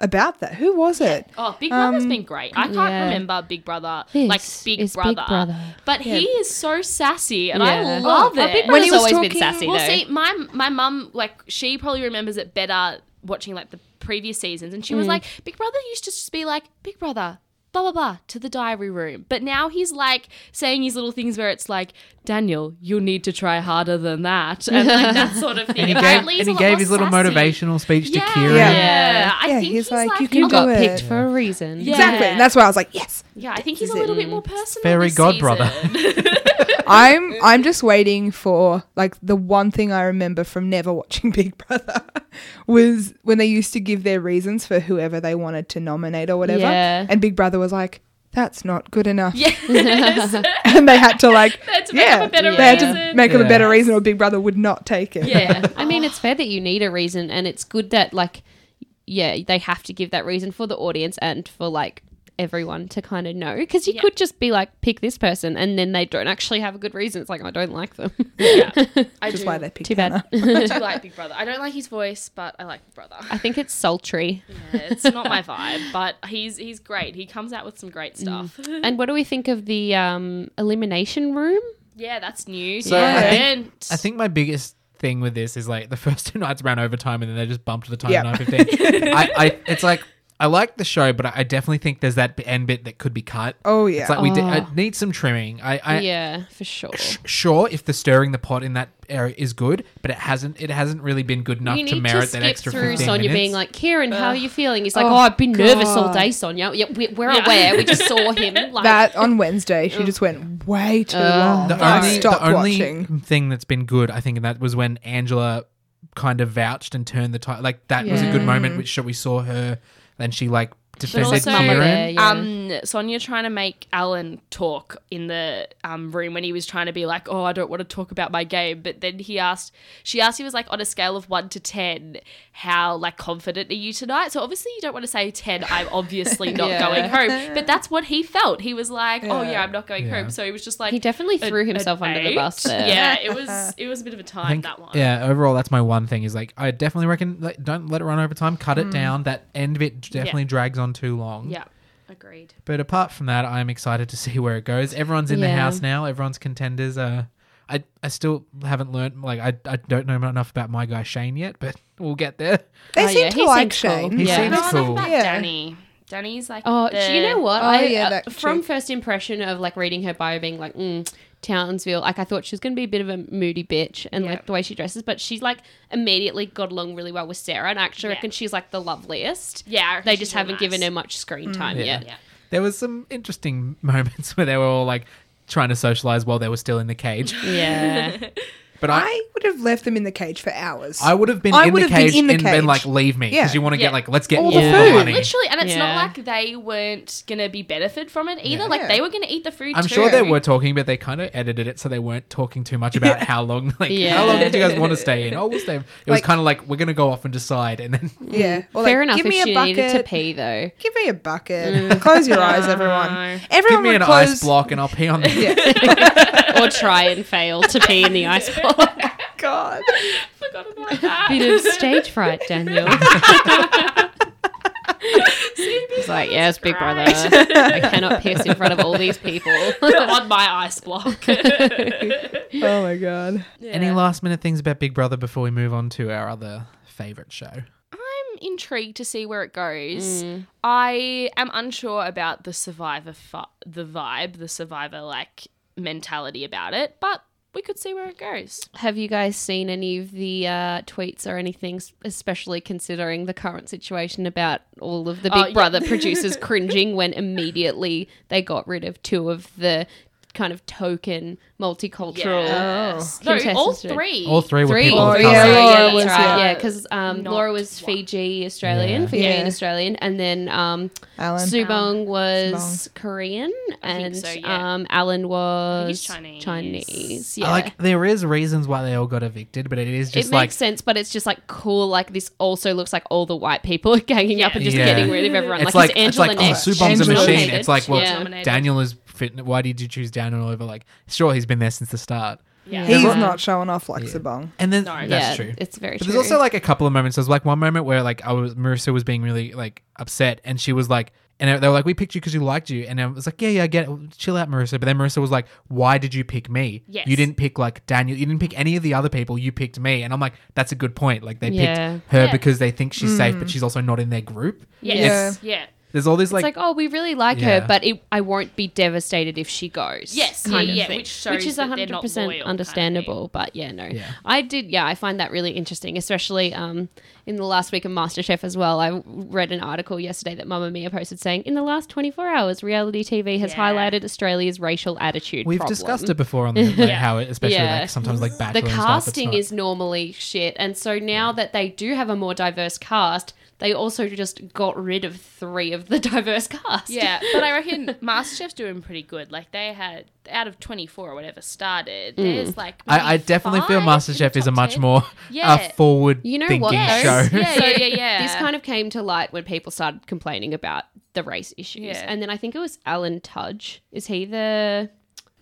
C: about that. Who was it?
B: Oh, Big Brother's
C: Um,
B: been great. I can't
D: yeah.
B: remember Big Brother
D: This
B: like Big
D: is Big
B: Brother,
D: Brother.
B: but he is so sassy, and I
D: Yeah.
B: love
D: Oh,
B: it.
D: Big
C: When he
D: Brother's always
C: was talking-
D: been sassy,
B: well,
D: though.
B: see, my my mum like she probably remembers it better watching like the previous seasons, and she
A: Mm.
B: was like, Big Brother used to just be like Big Brother. Blah blah blah to the diary room, but now he's like saying these little things where it's like, Daniel, you'll need to try harder than that, and like that sort of thing.
A: And he gave,
B: Apparently
A: and
B: he's
A: he
B: a lot
A: gave
B: more
A: his little
B: sassy.
A: motivational speech
B: Yeah,
A: to Kieran.
C: Yeah.
B: yeah. I
C: Yeah,
B: think
C: he's like, "You
B: "You've
D: You
C: can
D: got
B: got
C: do it.
D: picked for a reason.
B: Yeah.
C: Exactly. And that's why I was like, yes.
B: Yeah, I think he's a
C: is
B: little bit more personal.
A: Fairy
B: this
A: godbrother.
B: season.
C: I'm I'm just waiting for like the one thing I remember from never watching Big Brother was when they used to give their reasons for whoever they wanted to nominate or whatever.
D: Yeah.
C: And Big Brother was like, That's not good enough.
B: yes.
C: And they had to like
B: They had to make
C: yeah,
B: up a better
C: They had to
B: reason.
C: make up a better
A: Yeah.
C: reason or Big Brother would not take it.
B: yeah.
D: I mean, it's fair that you need a reason, and it's good that like, yeah, they have to give that reason for the audience and for like everyone to kind of know because you
B: Yeah.
D: could just be like pick this person and then they don't actually have a good reason it's like i don't like them
B: Yeah. I
C: Which is
B: do.
C: why they picked
D: too bad
C: Hannah.
B: I do like Big Brother. I don't like his voice, but I like Big Brother.
D: i think it's sultry
B: Yeah, it's not my vibe, but he's he's great. He comes out with some great stuff.
D: and what do we think of the um elimination room
B: Yeah, that's new.
A: So
B: yeah.
A: I think-
B: Event.
A: I think my biggest thing with this is like the first two nights ran overtime and then they just bumped the time
C: Yeah.
A: to 9.15. I, I, it's like, I like the show, but I I definitely think there's that end bit that could be cut.
C: Oh yeah.
A: It's like we d-
D: Oh.
A: I need some trimming. I, I
D: yeah for sure
A: sh- sure if the stirring the pot in that area is good, but it hasn't. It hasn't really been good enough
D: you need
A: to merit
D: skip
A: that extra
D: through
A: 15
D: Sonia
A: minutes.
D: being like, Kieran, how are you feeling? He's like,
C: Oh,
D: oh, I've been nervous all
C: God.
D: day, Sonia. Yeah, we, we're
B: Yeah.
D: aware. We just saw him. Like,
C: that on Wednesday, she just went way too long.
A: The
C: I
A: only,
C: stopped
A: the only
C: watching.
A: thing that's been good, I think, in that was when Angela kind of vouched and turned the tide. Like that was a good moment, which we saw her and she like
B: But
A: defended
B: also,
D: Mama
A: Kieran.
D: Bear, yeah.
B: um, Sonia trying to make Alan talk in the um, room when he was trying to be like, "Oh, I don't want to talk about my game," but then he asked, she asked, he was like, "On a scale of one to ten, how like confident are you tonight?" So obviously, you don't want to say ten. I'm obviously not
D: Yeah.
B: going home, but that's what he felt. He was like, "Oh
C: Yeah.
B: yeah, I'm not going
A: Yeah.
B: home." So he was just like,
D: he definitely
B: an-
D: threw himself
B: an
D: under
B: eight.
D: the bus there.
B: Yeah, it was it was a bit of a time
A: I think-
B: that one.
A: Yeah, overall, that's my one thing is like, I definitely reckon, like, don't let it run over time, cut
D: Mm.
A: it down. That end bit definitely drags on too long.
B: yeah, agreed.
A: But apart from that, I'm excited to see where it goes. Everyone's in the
D: Yeah.
A: house now, everyone's contenders. Uh, I, I still haven't learned, like, I, I don't know enough about my guy Shane yet, but we'll get there.
C: They
D: Oh,
C: seem
D: yeah,
C: to
D: he
C: like
D: seems cool.
C: Shane.
A: He
D: Yeah.
A: seems
B: No, enough
A: cool.
B: about
C: Yeah.
B: Danny. Danny's like,
D: Oh,
B: the-
D: do you know what?
C: Oh,
D: I,
C: yeah,
D: uh,
C: that
D: from
C: chick.
D: first impression of like reading her bio, being like, mm, Townsville. Like I thought she was going to be a bit of a moody bitch, and
B: Yeah.
D: like the way she dresses, but she's like immediately got along really well with Sarah, and I actually
B: Yeah.
D: reckon she's like the loveliest.
B: Yeah, I reckon
D: they
B: she's
D: just
B: really
D: haven't
B: nice.
D: given her much
C: Mm.
D: screen time
A: Yeah.
D: yet.
B: Yeah.
A: There was some interesting moments where they were all like trying to socialize while they were still in the cage.
D: Yeah.
A: But I,
C: I would have left them in the cage for hours.
A: I would have been
C: I
A: in
C: would
A: the
C: have been
A: cage
C: in the
A: and been like,
C: cage.
A: leave me
C: Yeah.
A: because you want to
B: Yeah.
A: get like, let's get
C: All
A: all
C: the
A: the
C: food.
A: money.
B: Literally, and it's
D: Yeah.
B: not like they weren't gonna be benefited from it either. Like
C: Yeah.
B: they were gonna eat the food.
A: I'm
B: too.
A: sure they were talking, but they kind of edited it so they weren't talking too much about how long. Like,
D: Yeah.
A: how long did you guys want to stay in? Oh, we'll stay. It was
C: Like-
A: kind of like we're gonna go off and decide, and then
C: yeah. Or
D: Fair
C: like,
D: enough.
C: Give
D: if
C: me
D: she
C: a bucket.
D: needed to pee though.
C: Give me a bucket. Close your eyes, everyone.
A: give
C: Everyone
A: me
C: would
A: an
C: close.
A: ice block and I'll pee on it.
D: or try and fail to pee in the ice bowl.
C: God.
B: Forgot about that.
D: Bit of stage fright, Daniel. He's like, yes, big brother. I cannot piss in front of all these people.
B: on my ice block.
C: Oh my god.
A: Any last minute things about Big Brother before we move on to our other favorite show?
B: I'm intrigued to see where it goes.
D: Mm.
B: I am unsure about the survivor, fu- the vibe, the survivor like mentality about it, but we could see where it goes.
D: Have you guys seen any of the uh, tweets or anything, s- especially considering the current situation about all of the Big
B: Oh, yeah.
D: Brother producers cringing when immediately they got rid of two of the kind of token multicultural
B: Yes.
D: Oh.
B: No, all
D: Contestants did.
B: three.
A: All three were
D: Three.
A: people
C: Oh,
A: of
C: yeah,
A: color.
C: yeah,
D: yeah,
C: Laura was,
D: that's right.
B: yeah.
D: Yeah, because um,
B: Not
D: Laura was
B: one.
D: Fiji Australian,
A: uh, Yeah.
D: Fijian
C: Yeah.
D: Australian, and then um,
C: Alan.
D: Subong was Korean,
B: I think
D: and
B: so, yeah.
D: um, Alan was
B: Chinese.
D: Chinese.
A: I
D: Yeah.
A: Like there is reasons why they all got evicted, but it is
D: it
A: just
D: makes
A: like
D: sense, but it's just like cool. Like this also looks like all the white people are ganging up and just
A: Yeah.
D: getting rid of everyone.
A: it's
D: like,
A: like,
D: it's
A: it's
D: Angela
A: like oh,
D: Nash.
A: Subong's a
C: Angela
A: machine.
C: Nash.
A: It's like well,
D: Yeah.
B: Nominated.
A: Daniel is fit. Why did you choose Daniel over like? Sure, he's been there since the start.
B: Yeah.
C: He's
A: Yeah.
C: not showing off like
A: Yeah.
C: Sabong.
A: And then
B: No,
A: that's
D: yeah,
A: true.
D: It's very
A: But
D: true.
A: there's also like a couple of moments. There was like one moment where like I was Marissa was being really like upset, and she was like, and they were like, "We picked you because you liked you," and I was like, "Yeah, yeah, I get it. Chill out, Marissa." But then Marissa was like, "Why did you pick me?
B: Yes.
A: You didn't pick like Daniel. You didn't pick any of the other people. You picked me." And I'm like, "That's a good point. Like they
D: Yeah.
A: picked her
B: Yeah.
A: because they think she's safe, but she's also not in their group."
B: Yes. Yeah.
A: There's all these
D: it's
A: like,
D: like, oh, we really like
A: Yeah.
D: her, but it, I won't be devastated if she goes.
B: Yes, yeah, yeah, which shows that they're not loyal kind of thing.
D: understandable. But yeah, no,
A: Yeah.
D: I did. Yeah, I find that really interesting, especially um, in the last week of MasterChef as well. I read an article yesterday that Mamma Mia posted saying, in the last 24 hours, reality TV has
B: Yeah.
D: highlighted Australia's racial attitude.
A: we've
D: problem.
A: discussed it before on the like, how it, especially
D: Yeah.
A: like sometimes like
D: The
A: Bachelor and stuff, it's
D: casting
A: not-
D: is normally shit, and so now that they do have a more diverse cast, they also just got rid of three of the diverse cast.
B: Yeah, but I reckon MasterChef's doing pretty good. Like they had out of twenty four or whatever started. There's like
A: I, I definitely feel MasterChef is a much more
B: Yeah.
A: uh, forward
D: You know
A: thinking
D: what, though?
A: show.
B: Yeah, yeah, yeah, yeah.
D: This kind of came to light when people started complaining about the race issues.
B: Yeah.
D: And then I think it was Alan Tudge. Is he the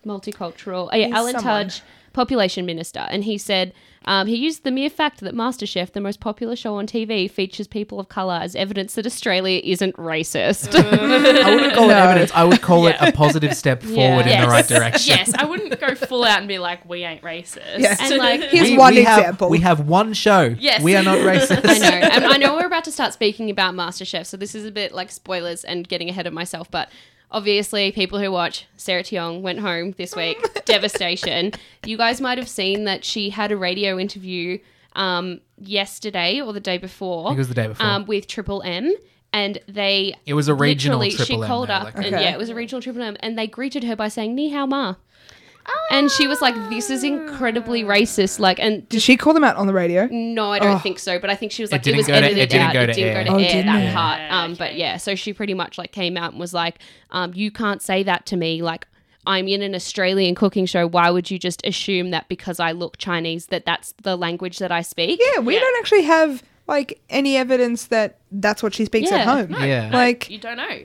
D: multicultural? Oh, yeah,
C: He's
D: Alan
C: someone.
D: Tudge, population minister. And he said um, he used the mere fact that MasterChef, the most popular show on TV, features people of colour as evidence that Australia isn't racist.
A: I wouldn't call it
C: No.
A: evidence. I would call it a positive step forward in
D: Yes.
A: the right direction.
B: Yes, I wouldn't go full out and be like, we ain't racist.
C: Yes.
D: and like,
C: Here's
A: we,
C: one
A: we
C: example.
A: Have, we have one show.
B: Yes.
A: We are not
D: I
A: racist.
D: know. And I know we're about to start speaking about MasterChef, so this is a bit like spoilers and getting ahead of myself, but obviously people who watch Sarah Tiong went home this week. devastation. You guys might have seen that she had a radio interview um, yesterday or the day before.
A: I think it was the day before.
D: Um, with Triple M. And they
A: It was a regional
D: literally,
A: Triple
D: She
A: M,
D: called
A: though,
D: up
A: like-
D: and
C: Okay.
D: yeah, it was a regional Triple M and they greeted her by saying Ni hao ma. And she was like, This is incredibly racist, like and
C: Did she call them out on the radio?
D: no, I don't
C: Oh.
D: think so. But I think she was
A: It
D: like, it,
A: didn't
D: was
A: go to-
D: edited
A: it didn't
D: out.
A: go
D: it
A: to
D: didn't
A: air.
D: go to
C: Oh,
D: air
C: didn't
D: that
C: it?
D: part.
B: Yeah,
D: Um, but
B: okay.
D: yeah, so she pretty much like came out and was like, um, you can't say that to me. Like, I'm in an Australian cooking show. Why would you just assume that because I look Chinese that that's the language that I speak?
C: Yeah, we don't actually have like any evidence that that's what she speaks
D: Yeah.
C: at home.
B: No,
A: Yeah.
B: no,
C: Like-
B: you don't know.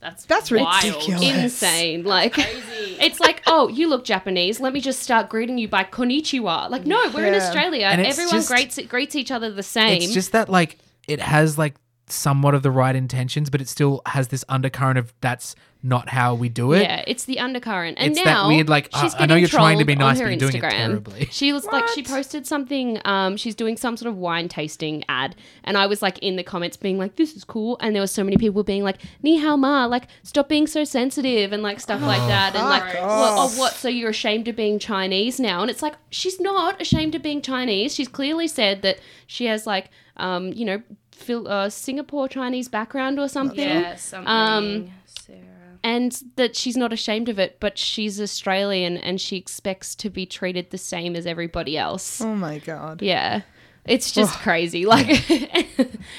B: That's
C: That's
B: wild.
C: ridiculous.
D: Insane. Like,
B: Crazy.
D: it's like, oh, you look Japanese. Let me just start greeting you by konnichiwa. Like, no, we're in
C: Yeah.
D: Australia.
A: And it's
D: Everyone
A: just-
D: greets greets each other the same.
A: it's just that like it has like somewhat of the right intentions, but it still has this undercurrent of that's not how we do it.
D: Yeah, it's the undercurrent, and
A: It's that
D: now
A: weird, like,
D: she's
A: I- I know
D: getting
A: you're trying to be
D: trolled
A: nice,
D: on
A: but
D: her
A: you're doing it
D: Instagram.
A: terribly.
D: She was like, she
C: What?
D: posted something. Um, she's doing some sort of wine tasting ad, and I was like in the comments being like, "This is cool," and there were so many people being like, "Ni hao ma," like, "Stop being so sensitive," and like stuff like that, and like,
C: fuck
D: "Well, "Oh,
C: off.
D: what? So you're ashamed of being Chinese now?" And it's like, she's not ashamed of being Chinese. She's clearly said that she has like, um, you know. Phil, uh, Singapore Chinese background or something
B: Yeah, something.
D: Um,
B: Sarah.
D: and that she's not ashamed of it, but she's Australian and she expects to be treated the same as everybody else.
C: Oh my god.
D: Yeah. It's just crazy. Like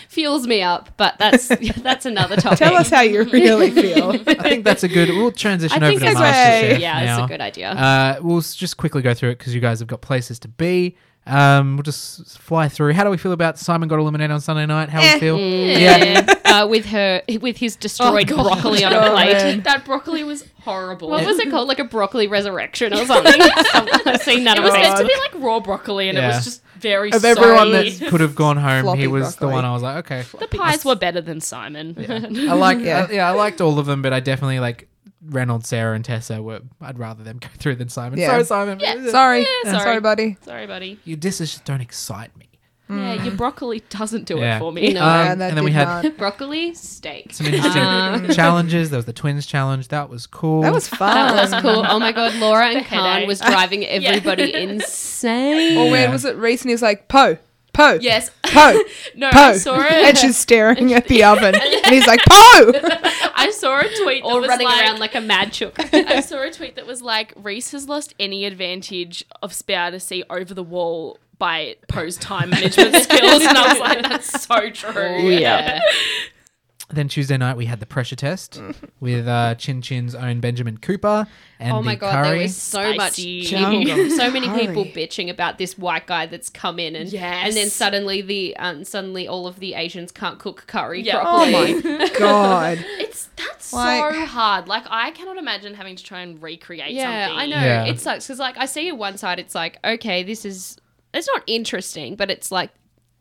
D: fuels me up, but that's that's another topic.
C: Tell us how you really feel.
A: I think that's a good. We'll transition
D: I
A: over
D: think
A: to
D: that's
A: MasterChef
D: right.
A: now.
D: Yeah, it's a good idea.
A: Uh, we'll s- just quickly go through it because you guys have got places to be. Um, we'll just s- fly through. How do we feel about Simon got eliminated on Sunday night? How
C: Eh.
A: we feel?
D: yeah. uh, with her with his destroyed
B: God.
D: broccoli on
C: Oh,
D: a plate.
C: man.
B: That broccoli was horrible.
D: What was it called? Like a broccoli resurrection or something. I've seen that.
B: It
D: on
B: was
D: my
B: meant to
D: Facebook.
B: be like raw broccoli, and it
A: Yeah.
B: was just very.
A: Of everyone
B: sorry.
A: that could have gone home,
C: Floppy
A: he was
C: broccoli.
A: the one I was like, okay.
B: the pies were better than Simon.
A: I like, yeah.
C: Yeah.
A: I, yeah, I liked all of them, but I definitely like Reynolds, Sarah, and Tessa. Were I'd rather them go through than Simon.
C: Yeah.
A: Sorry, Simon.
C: Sorry.
B: Yeah,
C: sorry.
B: sorry.
C: buddy.
B: Sorry, buddy.
A: Your dishes just don't excite me.
B: Yeah, your broccoli doesn't do
A: Hmm. Yeah.
B: it for me.
D: No.
A: Um,
C: Yeah,
A: and
C: that
A: then we
C: did
A: had
C: not- Ah.
D: broccoli steak.
A: some interesting challenges. There was the twins challenge. That was cool.
C: That was fun.
D: That was cool. Oh my god, Laura and
B: The
D: Khan
B: headache.
D: was driving everybody insane.
C: Or
A: Yeah.
C: when was it recently? It's like Poe, Poe,
B: Yes.
C: Poe,
B: No, I
C: Poe,
B: saw it.
C: and she's staring at the oven, and he's like Poe.
B: I I saw a tweet that
D: All
B: was
D: running
B: like,
D: around like a mad chook.
B: I saw a tweet that was like, Reese has lost any advantage of Spoudacy over the wall by Poe's time management skills. And I was like, that's so
A: Oh,
B: true.
D: yeah.
A: Then Tuesday night we had the pressure test
C: Mm.
A: with uh, Chin Chin's own Benjamin Cooper and
D: Oh
A: the
D: my god,
A: curry.
D: there was so
B: Spicy.
D: much
C: Jungle
D: so many people
C: curry.
D: bitching about this white guy that's come in and and then
B: Yes.
D: suddenly the um, suddenly all of the Asians can't cook curry
B: Yeah.
D: properly.
C: Oh my god.
B: It's that's
C: Like-
B: so hard. Like I cannot imagine having to try and recreate
D: Yeah,
B: something.
D: I know.
A: Yeah.
D: It sucks because like I see it one side, it's like okay, this is it's not interesting, but it's like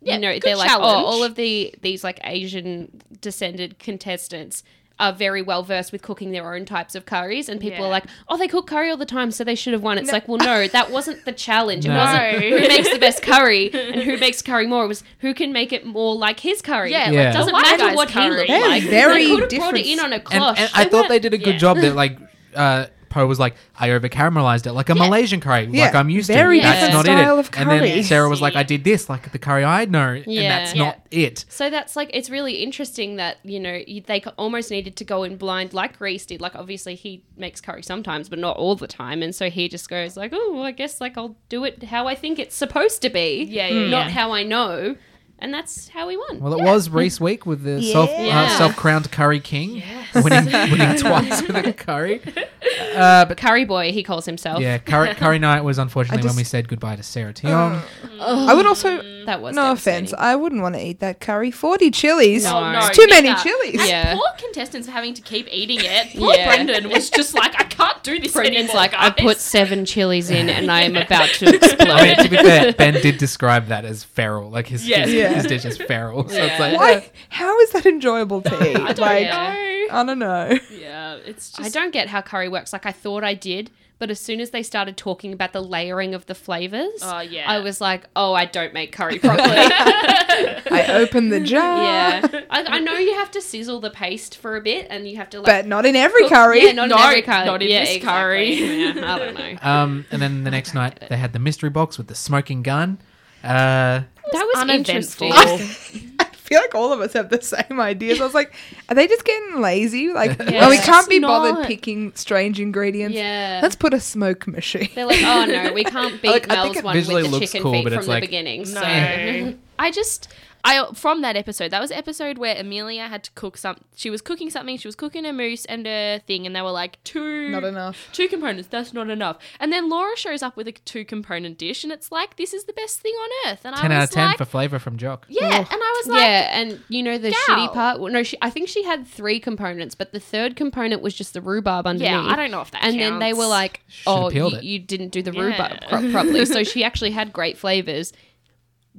B: Yeah,
D: you know
B: good
D: they're like
B: challenge.
D: oh all of the these like Asian descended contestants are very well versed with cooking their own types of curries, and people
B: Yeah.
D: are like oh they cook curry all the time, so they should have won. It's like well no, that wasn't the challenge. It
A: No.
D: wasn't
B: No.
D: who makes the best curry and who makes curry more. It was who can make it more like his curry.
B: Yeah,
A: like, Yeah.
D: doesn't matter what he looked
B: They're
D: like.
C: very
D: they could have brought
C: different.
D: it in on a
A: and,
D: cloche.
A: and I
D: They
A: thought
D: weren't-
A: they did a good
B: yeah.
A: job that like uh, Poe was like, I over caramelized it like a Malaysian curry,
C: Yeah,
A: like I'm used
C: very
A: to. That's
D: different
A: not
C: style
A: it.
C: of
A: and then
C: curry.
A: Sarah was like, I did this like the curry I know, and
D: Yeah.
A: that's
D: Yeah.
A: not it.
D: So that's like it's really interesting that you know you, they c- almost needed to go in blind like Reese did. Like obviously he makes curry sometimes, but not all the time, and so he just goes like, "Oh, I guess like I'll do it how I think it's supposed to be,
B: Yeah, yeah,
D: not
B: yeah.
D: how I know." And that's how he won.
A: Well, it was Reese Week with the self uh,
D: Yeah.
A: self crowned curry king, winning winning twice with a curry. Uh, but
D: Curry boy, he calls himself.
A: yeah, curry curry night was unfortunately when
C: just- Oh.
A: we said goodbye to Sarah Tiong.
C: I would also
D: Mm. that was
C: no
D: devastating.
C: offense. I wouldn't want to eat that curry. Forty chilies.
D: No. Oh, no,
C: it's too
B: neither.
C: many chilies.
B: And
D: Yeah.
B: poor contestants for having to keep eating it. Poor
D: Yeah.
B: Brendan was just like, I can't do this
D: Brendan's
B: anymore.
D: like, I
B: guys."
D: put seven chilies in, and I am about to explode.
A: I mean, to be fair, Ben did describe that as feral. Like his
B: Yeah.
A: his,
C: Yeah.
A: his dish is feral. So it's
D: Yeah.
A: like uh,
C: Why? How is that enjoyable to eat?
B: I don't
C: like
B: know.
C: I don't know.
B: Yeah, it's just
D: I don't get how curry works. Like I thought I did, but as soon as they started talking about the layering of the flavors,
B: Oh, yeah.
D: I was like, oh, I don't make curry properly.
C: I open the jar.
D: yeah, I, I know you have to sizzle the paste for a bit, and you have to like.
C: But not in every curry.
D: Yeah, not
B: No,
D: in every curry.
B: not in
D: yeah,
B: this
D: exactly.
B: curry.
D: Yeah, I don't know.
A: Um, and then the next night they had the mystery box with the smoking gun. Uh,
D: that was
B: uneventful.
D: interesting.
C: I feel like all of us have the same ideas. I was like, are they just getting lazy? Like,
A: Yeah.
C: well, we
D: It's
C: can't be
D: not-
C: bothered picking strange ingredients.
D: yeah.
C: Let's put a smoke machine.
D: They're like, oh no, we can't beat
C: Like, I think
D: Mel's
C: it
D: one with
A: visually
D: the
A: looks
D: chicken
A: cool,
D: feet
A: but
D: from
A: it's
D: the
A: like-
D: beginning. So.
B: No. I just I from that episode, that was the episode where Amelia had to cook some she was cooking something, she was cooking her mousse and her thing and they were like two
C: Not enough.
B: Two components, that's not enough. And then Laura shows up with a two component dish and it's like this is the best thing on earth. And I
A: ten
B: was
A: out of ten
B: like
A: for flavor from Jock.
B: Yeah, and I was like
D: yeah, and you know the
B: Gal.
D: shitty part. Well, no, she, I think she had three components, but the third component was just the rhubarb underneath.
B: Yeah, I don't know if that
D: And then they were
B: counts.
D: like,
A: Should've
D: "Oh,
A: peeled
D: you,
A: it."
D: you didn't do the
B: Yeah.
D: rhubarb pro- properly." so she actually had great flavors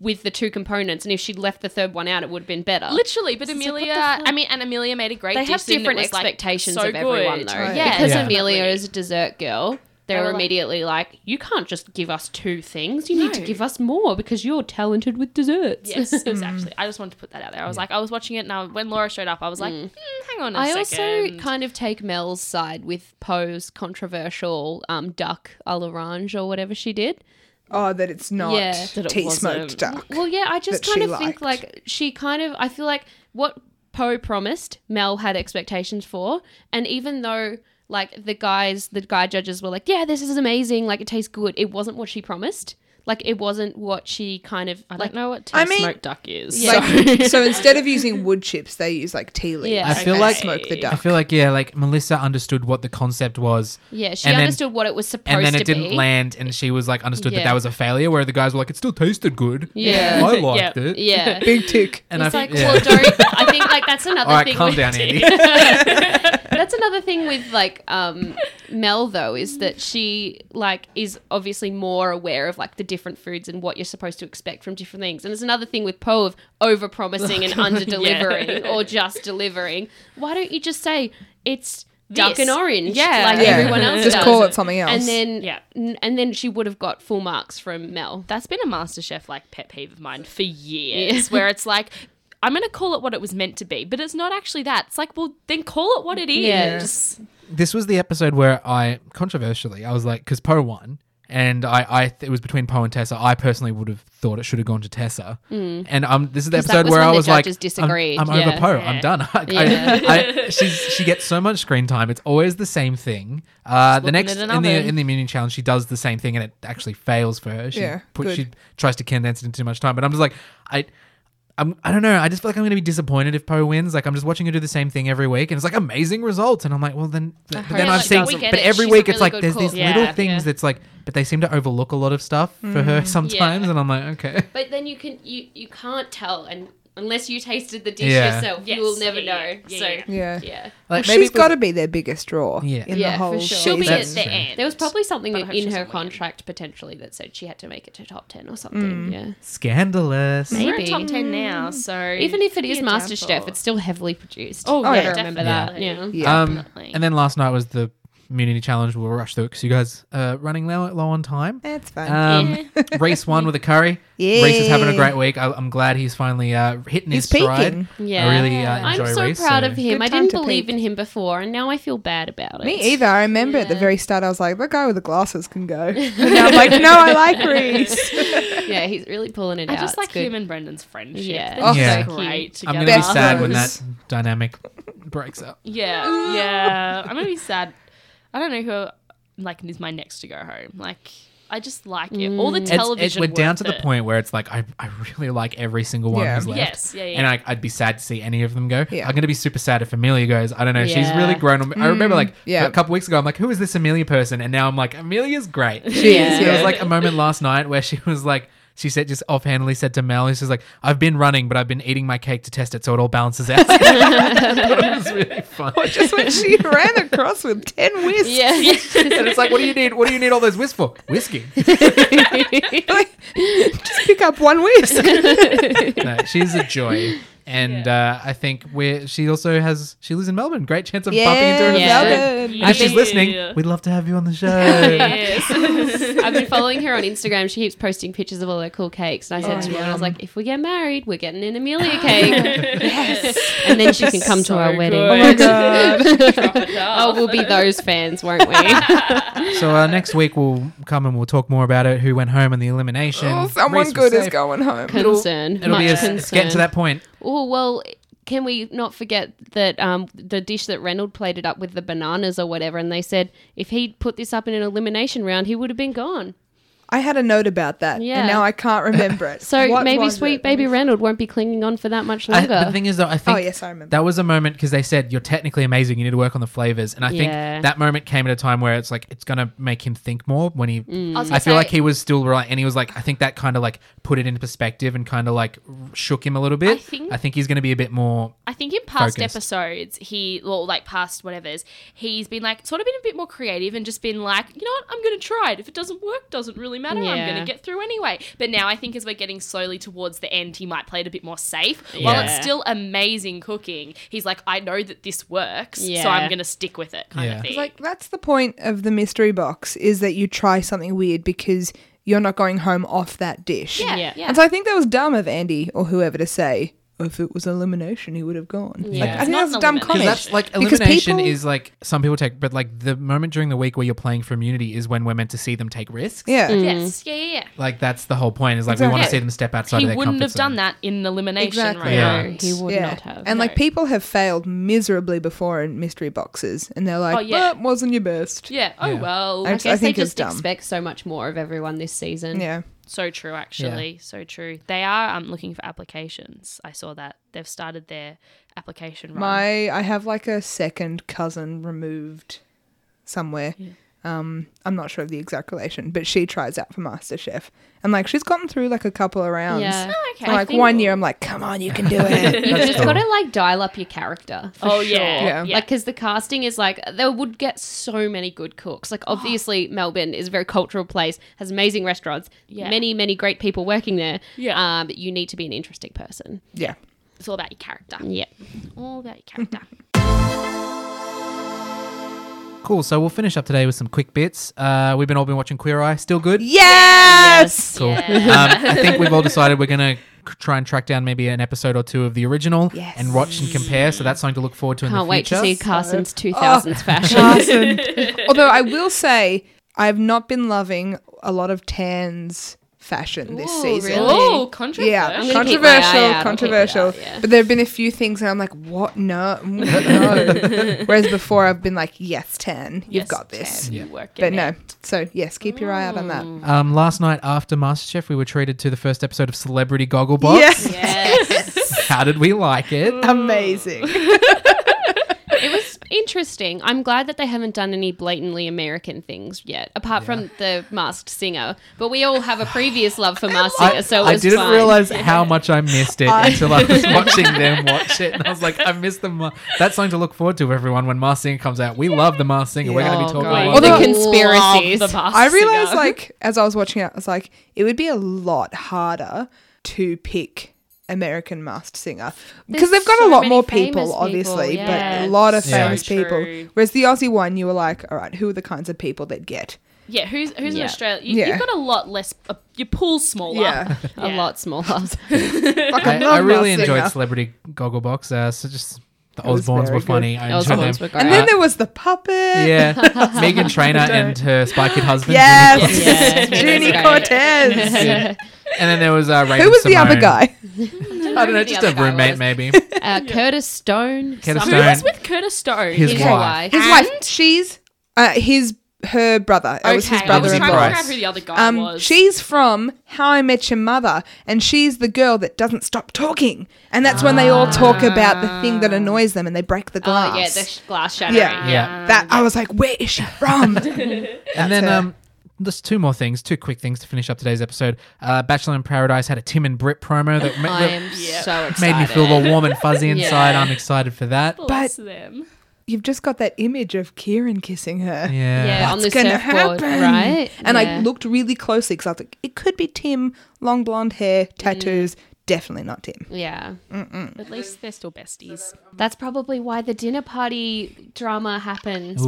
D: with the two components, and if she'd left the third one out, it would have been better.
B: Literally, but
D: like, what the
B: Amelia, I mean, and Amelia made a great.
D: They have
B: dish and it
D: different
B: was, like,
D: expectations
B: so
D: of everyone,
B: good.
D: though,
C: Right.
B: Yeah,
D: because
A: Yeah.
D: Amelia
B: definitely.
D: is a dessert girl. They
B: They
D: were
B: were like-
D: immediately like, "You can't just give us two things. You need to
B: No.
D: give us more because you're talented with desserts."
B: Yes, exactly. I just wanted to put that out there. I was like, I was watching it, and I, when Laura showed up, I was like, mm. hang on a
D: I
B: second.
D: also kind of take Mel's side with Poe's controversial um, duck à l'orange or whatever she did.
C: Oh, that it's not
D: Yeah, that
B: it
C: tea
B: wasn't.
C: smoked duck.
D: Well, yeah, I just
C: That
D: kind of
C: she
D: think
C: liked.
D: like she kind of, I feel like what Poe promised, Mel had expectations for. And even though like the guys, the guy judges were like, yeah, this is amazing. Like it tastes good. It wasn't what she promised. Like it wasn't what she kind of,
B: I
D: like,
B: don't know what tea
C: I mean-
B: smoked duck is.
D: Yeah.
C: Like, so instead of using wood chips, they use like tea leaves.
D: Yeah. I
A: feel
C: and
A: like-
C: smoke the
A: I
C: duck.
A: feel like yeah, like Melissa understood what the concept was,
D: yeah, she
A: And then-
D: understood what it was supposed
A: and then it
D: to
A: didn't
D: be.
A: land, and she was like understood that
D: Yeah.
A: that was a failure. Where the guys were like, it still tasted good.
D: Yeah.
A: I liked
B: Yeah.
A: it.
D: yeah.
C: Big tick.
A: And
D: It's
A: I
D: like,
A: yeah.
D: well, don't. I think like that's another
A: all right,
D: thing.
A: calm
D: with-
A: down, Andy.
D: That's another thing with like um, Mel though is that she like is obviously more aware of like the different foods and what you're supposed to expect from different things. And it's another thing with Poe of over promising and under delivering or just delivering. Why don't you just say it's duck and
B: This.
D: orange?
B: Yeah.
D: like
B: Yeah.
D: everyone else
C: Just
D: does.
C: call it something else.
D: And then
B: Yeah.
D: n- and then she would have got full marks from Mel.
B: That's been a MasterChef like pet peeve of mine for years, where it's like, I'm going to call it what it was meant to be, but it's not actually that. It's like, well, then call it what it is.
D: Yeah. Yes.
A: this was the episode where I controversially I was like, because Poe won, and I, I th- it was between Poe and Tessa. I personally would have thought it should have gone to Tessa. And um, this is the
D: Mm. 'Cause that
A: episode
D: was
A: where
D: when
A: I
D: the
A: was like,
D: judges
A: I'm-
D: disagreed.
A: I'm,
D: Yeah.
A: over Poe. I'm
B: Yeah.
A: done. I- I-
D: Yeah.
A: I- she's, she gets so much screen time. It's always the same thing. Uh, the
B: looking
A: next
B: at an
A: in the
B: oven.
A: in the immunity challenge, she does the same thing, and it actually fails for her. She
C: Yeah,
A: put,
C: good.
A: she tries to condense it into too much time. But I'm just like, I. I'm, I don't know. I just feel like I'm going to be disappointed if Poe wins. Like I'm just watching her do the same thing every week, and it's like amazing results. And I'm like, well, then, but
B: hope
A: then
B: she
A: I'm seeing,
B: doesn't. We
D: get
A: but
D: it.
A: every
D: She's a
A: week it's
D: really
A: like
D: good
A: there's
D: call.
A: these little
B: Yeah,
A: things
B: yeah.
A: that's like, but they seem to overlook a lot of stuff
D: Mm-hmm.
A: for her sometimes, and I'm like, okay,
D: But then you can you you can't tell and unless you tasted the dish
A: Yeah.
D: yourself,
B: Yes,
D: you will never
B: yeah, yeah,
D: know.
B: yeah,
D: so
B: yeah.
C: Yeah.
D: yeah.
A: like
C: She's got to be their biggest draw
A: Yeah.
C: in
D: Yeah,
C: the
D: for
C: whole
D: sure.
B: She'll be
A: at
B: at
A: That's
B: the
A: the true.
B: end.
A: end.
D: There was probably something
B: But I hope she
D: in her
B: doesn't win.
D: contract potentially that said she had to make it to top ten or
B: Mm.
D: something. Yeah.
A: scandalous.
D: Maybe.
B: We're in top ten now, so
D: Even if it
B: be
D: is
B: a
D: MasterChef,
B: downfall.
D: it's still heavily produced.
B: Oh,
D: Gotta
B: yeah,
D: remember
B: definitely.
D: that. Yeah.
C: Yeah.
A: Um,
B: Definitely.
A: and then last night was the immunity challenge. We'll rush through it because you guys are running low, low on time.
C: That's fine.
A: Um, Reese won with a curry. Reese is having a
C: Yeah.
A: great week. I, I'm glad he's finally uh, hitting
C: He's
A: his stride.
C: peaking.
D: Yeah.
A: I really uh, enjoy
D: I'm so
A: Reese,
D: proud of him.
C: Good
D: I
C: time
D: didn't
C: to
D: believe
C: peak.
D: in him before, and now I feel bad about it.
C: Me either. I remember at the
D: Yeah.
C: very start, I was like, that guy with the glasses can go. And now I'm like, no, I like Reese.
D: Yeah, he's really pulling it
B: I
D: out.
B: just
D: It's
B: like
D: good.
B: him and Brendan's friendship.
D: Yeah.
B: They're
C: Oh,
A: Yeah.
B: just
D: so
B: great
D: cute.
A: I'm going to
B: together.
A: be
C: Best
A: sad when that
C: friends.
A: dynamic breaks up.
B: Yeah, yeah. I'm gonna be sad. I don't know who like is my next to go home. Like I just like it. All the
A: It's- it's-
B: television.
A: we're down
B: worth
A: to the
B: it.
A: point where it's like I, I really like every single one
C: Yeah.
A: who's left.
B: Yes, yeah, yeah.
A: And I, I'd be sad to see any of them go.
C: Yeah.
A: I'm gonna be super sad if Amelia goes. I don't know. She's
D: Yeah.
A: really grown. on me. I remember like
C: yeah.
A: a couple weeks ago, I'm like, who is this Amelia person? And now I'm like, Amelia's great.
C: She
D: Yeah.
C: is,
A: There was
C: yeah.
A: like a moment last night where she was like. She said, just offhandedly said to Mel, she's like, I've been running, but I've been eating my cake to test it so it all balances out. it was really fun.
C: Just when she ran across with 10 whisks.
D: Yeah.
A: And it's like, what do you need? What do you need all those whisks for? Whiskey.
C: Like, just pick up one whisk.
A: no, she's a joy. And uh, I think we're, she also has, she lives in Melbourne. Great chance of bumping into her. in the
D: Yeah.
A: street.
C: Melbourne.
A: And if she's
B: Yeah.
A: listening, we'd love to have you on the show.
B: Yes.
D: I've been following her on Instagram. She keeps posting pictures of all her cool cakes. And I said
C: Oh,
D: to her,
C: yeah.
D: I was like, if we get married, we're getting an Amelia cake. And then she can come to our wedding.
B: good.
C: Oh my God.
D: Oh, we'll be those fans, won't we?
A: So uh, next week we'll come and we'll talk more about it, who went home and the elimination.
C: Oh, someone
A: Reese was
C: good is
A: safe.
C: going home.
D: concern.
A: It'll be a, it's getting to that point.
D: Oh, well, can we not forget that um, the dish that Reynold plated up with the bananas or whatever? And they said if he'd put this up in an elimination round, he would have been gone.
C: I had a note about that,
D: Yeah.
C: and now I can't remember it.
D: So
C: What
D: maybe
C: was
D: sweet
C: it?
D: baby Reynold won't be clinging on for that much
A: I,
D: longer.
A: the thing is, though, I think
C: Oh, yes, I remember.
A: that was a moment because they said you're technically amazing. You need to work on the flavors, and I
D: Yeah.
A: think that moment came at a time where it's like it's gonna make him think more when he.
B: I, was
A: I
B: gonna
A: feel
B: say,
A: like he was still right, and he was like, I think that kind of like put it into perspective and kind of like shook him a little bit.
B: I think-
A: he's gonna be a bit more.
B: I think in past
A: Focused.
B: episodes, he or like past whatever's, he's been like sort of been a bit more creative and just been like, you know what, I'm gonna try it. If it doesn't work, doesn't really matter. I'm
D: Yeah.
B: gonna get through anyway. But now I think as we're getting slowly towards the end, he might play it a bit more safe. While
D: Yeah.
B: it's still amazing cooking, he's like, I know that this works,
D: Yeah.
B: so I'm gonna stick with it, kind
A: Yeah.
B: of
A: It's
B: thing.
C: It's like that's the point of the mystery box is that you try something weird because you're not going home off that dish.
B: yeah,
D: Yeah.
B: yeah.
C: And so I think that was dumb of Andy or whoever to say if it was elimination, he would have gone.
A: Yeah.
C: Like, I
A: It's
C: think
B: not
C: that's
B: an
C: a dumb
B: elimination.
A: Because
C: comment.
A: that's like
C: Because
A: elimination
C: people-
A: is like some people take, but like the moment during the week where you're playing for immunity is when we're meant to see them take risks.
C: yeah.
D: "Mm."
B: Yes, yeah, yeah, yeah.
A: Like that's the whole point. Is like we want to
C: Exactly.
A: see them step outside
B: he
A: of their
B: wouldn't
A: comfort
B: have done
A: zone.
B: that in an elimination
C: Exactly.
A: Yeah.
B: round.
D: He would
C: yeah.
D: not have.
C: And like
B: No.
C: people have failed miserably before in mystery boxes and they're like,
B: Oh, yeah.
C: "Well, it wasn't your best.
B: Yeah. Oh
A: Yeah.
B: well.
D: I
C: I
D: guess
C: think
D: they
C: it's
D: just
C: dumb.
D: expect so much more of everyone this season.
C: Yeah.
B: So true, actually. So true. They are um, looking for applications. I saw that they've started their application. Run.
C: My I have like a second cousin removed somewhere. Um, I'm not sure of the exact relation, but she tries out for MasterChef. And like she's gotten through like a couple of rounds.
D: Yeah.
B: Oh, okay.
C: So, like one year I'm like, come on, you can do it.
D: You've
A: That's
D: just
A: cool.
D: got to like dial up your character. For
B: Oh
D: sure.
B: yeah.
C: Yeah.
B: Yeah.
D: Like, because the casting is like, they would get so many good cooks. Like, obviously, Melbourne is a very cultural place, has amazing restaurants,
B: Yeah.
D: many, many great people working there.
B: Yeah.
D: Um, but you need to be an interesting person.
C: yeah.
B: it's all about your character.
C: Mm.
D: Yeah.
B: All about your character.
A: Cool. So we'll finish up today with some quick bits. Uh, we've been all been watching Queer Eye. Still good.
C: Yes.
A: Cool. Um, I think we've all decided we're gonna c- try and track down maybe an episode or two of the original
C: Yes.
A: and watch and compare. So that's something to look forward to in
D: Can't
A: the
D: wait
A: future. Oh.
D: to see Carson's 2000s fashion.
C: Carson. Although I will say I've not been loving a lot of Tan's fashion this
D: Ooh,
C: season.
D: really?
B: Oh, controversial.
C: Yeah,
D: I'm gonna keep my eye out, I'll keep
C: controversial,
D: it
C: controversial.
D: out, yeah.
C: But there have been a few things, and I'm like, what? No, mm, no. Whereas before, I've been like, yes, Tan, you've
B: Yes,
C: got this.
B: Tan,
A: Yeah.
B: you work
C: But
B: in
C: no,
B: it.
C: so yes, keep your eye out on that.
A: Um, last night after MasterChef, we were treated to the first episode of Celebrity Gogglebox.
C: Yes,
D: Yes.
A: How did we like it?
C: amazing.
D: it was interesting. I'm glad that they haven't done any blatantly American things yet, apart from the Masked Singer. But we all have a previous love for Masked Singer, so it
A: I
D: was
A: didn't
D: fine.
A: realize how much I missed it
C: I-
A: until I was watching them watch it, and I was like, I missed the Ma- that's something to look forward to everyone when Mars Singer comes out. We love the Mars Singer. We're going to be
B: Oh,
A: talking
B: God.
A: about
D: Or
A: it.
D: the
C: Although-
D: conspiracies.
B: Love the Masked
C: I realized,
B: Singer.
C: like, as I was watching it, I was like, it would be a lot harder to pick American masked singer
D: There's
C: because they've got
D: so
C: a lot
D: many
C: more
D: famous
C: people,
D: people,
C: obviously,
D: yeah.
C: but a lot of
A: Yeah.
C: famous
B: So
C: people.
B: true.
C: Whereas the Aussie one, you were like, all right, who are the kinds of people that get?
B: Yeah, who's who's
D: Yeah.
B: in Australia? You,
C: Yeah.
B: You've got a lot less. Uh, your pool's smaller.
C: Yeah.
D: a
B: Yeah.
D: lot smaller.
A: I,
C: Fucking
A: I
C: love
A: really
C: Masked
A: enjoyed
C: Singer.
A: Celebrity Gogglebox. Uh, so just the
C: was
A: Osbournes
C: very
A: were
C: good.
A: funny. I enjoyed
D: Osbournes
A: them.
D: were great.
C: And then there was the puppet.
A: yeah, Megan Trainer and her Spy Kid husband.
C: Yes,
A: Jimmy Cortez.
D: Yes.
C: Junie
D: Yes.
C: Cortez.
A: Yeah. And then there was uh, Raven
C: Who was the other
A: Simone.
C: guy?
A: I don't know,
D: Who the
A: just
D: other
A: a
D: guy
A: roommate
D: was.
A: maybe.
D: Uh, Curtis Stone.
A: Curtis
D: some-
B: Who was
A: Stone.
B: with Curtis Stone?
A: His
D: His
A: wife.
D: wife.
C: His wife. She's uh, his her brother. It was his
B: Okay, I was trying
C: brother in
B: to
A: brother-in-law.
B: figure
C: law.
B: out who the other guy
C: Um,
B: was.
C: she's from How I Met Your Mother, and she's the girl that doesn't stop talking. And that's when they all talk about the thing
B: Ah.
C: that annoys them, and they break the glass.
D: Oh, yeah, the sh- glass shattering.
C: Yeah.
A: Yeah.
C: that I was like, where is she from?
A: and then
C: her.
A: um there's two more things, two quick things to finish up today's episode. Uh, Bachelor in Paradise had a Tim and Brit promo that ma-
D: I am
B: Yep.
D: so excited.
A: made me feel all warm and fuzzy inside. I'm excited for that.
B: Bless them.
C: You've just got that image of Kieran kissing her.
A: Yeah.
D: Yeah, on the
C: It's gonna
D: surfboard,
C: happen,
D: right?
C: And I
D: Yeah.
C: looked really closely because I was like, it could be Tim, long blonde hair, tattoos. Definitely not Tim.
D: Yeah.
B: At least they're still besties.
D: That's probably why the dinner party drama happens,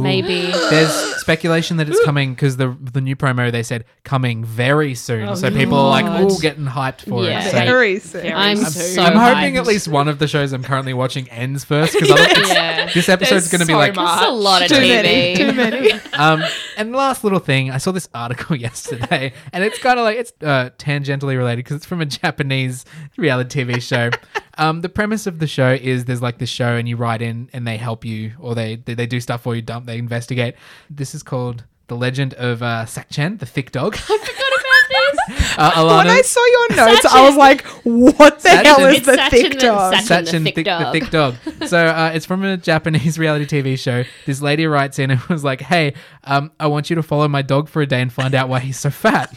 D: maybe.
A: There's speculation that it's coming because the the new promo they said coming very soon, so people are like all getting hyped for
D: Oh, Yeah.
A: it. So
C: Very soon.
B: Very
D: I'm
B: soon.
D: so
A: I'm hoping
D: hyped.
A: at least one of the shows I'm currently watching ends first because yeah.
D: Yeah.
A: this episode's going to be
B: so
A: like
B: much.
D: That's a lot of
C: Too
D: TV.
C: many. Too many.
A: um, and last little thing, I saw this article yesterday, and it's kind of like it's uh, tangentially related because it's from a Japanese reality TV show. um, the premise of the show is there's like this show, and you write in, and they help you, or they they, they do stuff for you, dump, they investigate. This is called the Legend of uh, Sakchen, the Thick Dog. uh,
C: When I
A: Alana's-
C: saw your notes, I was like, what the
A: Sachin.
C: hell is
A: It's
C: the
D: Sachin
C: thick
D: and
C: dog?
D: Sachin.
A: Sachin,
D: the
A: the
D: thick
A: thick, the
D: dog.
A: thick dog. so uh, it's from a Japanese reality TV show. This lady writes in and was like, "Hey, um, I want you to follow my dog for a day and find out why he's so fat."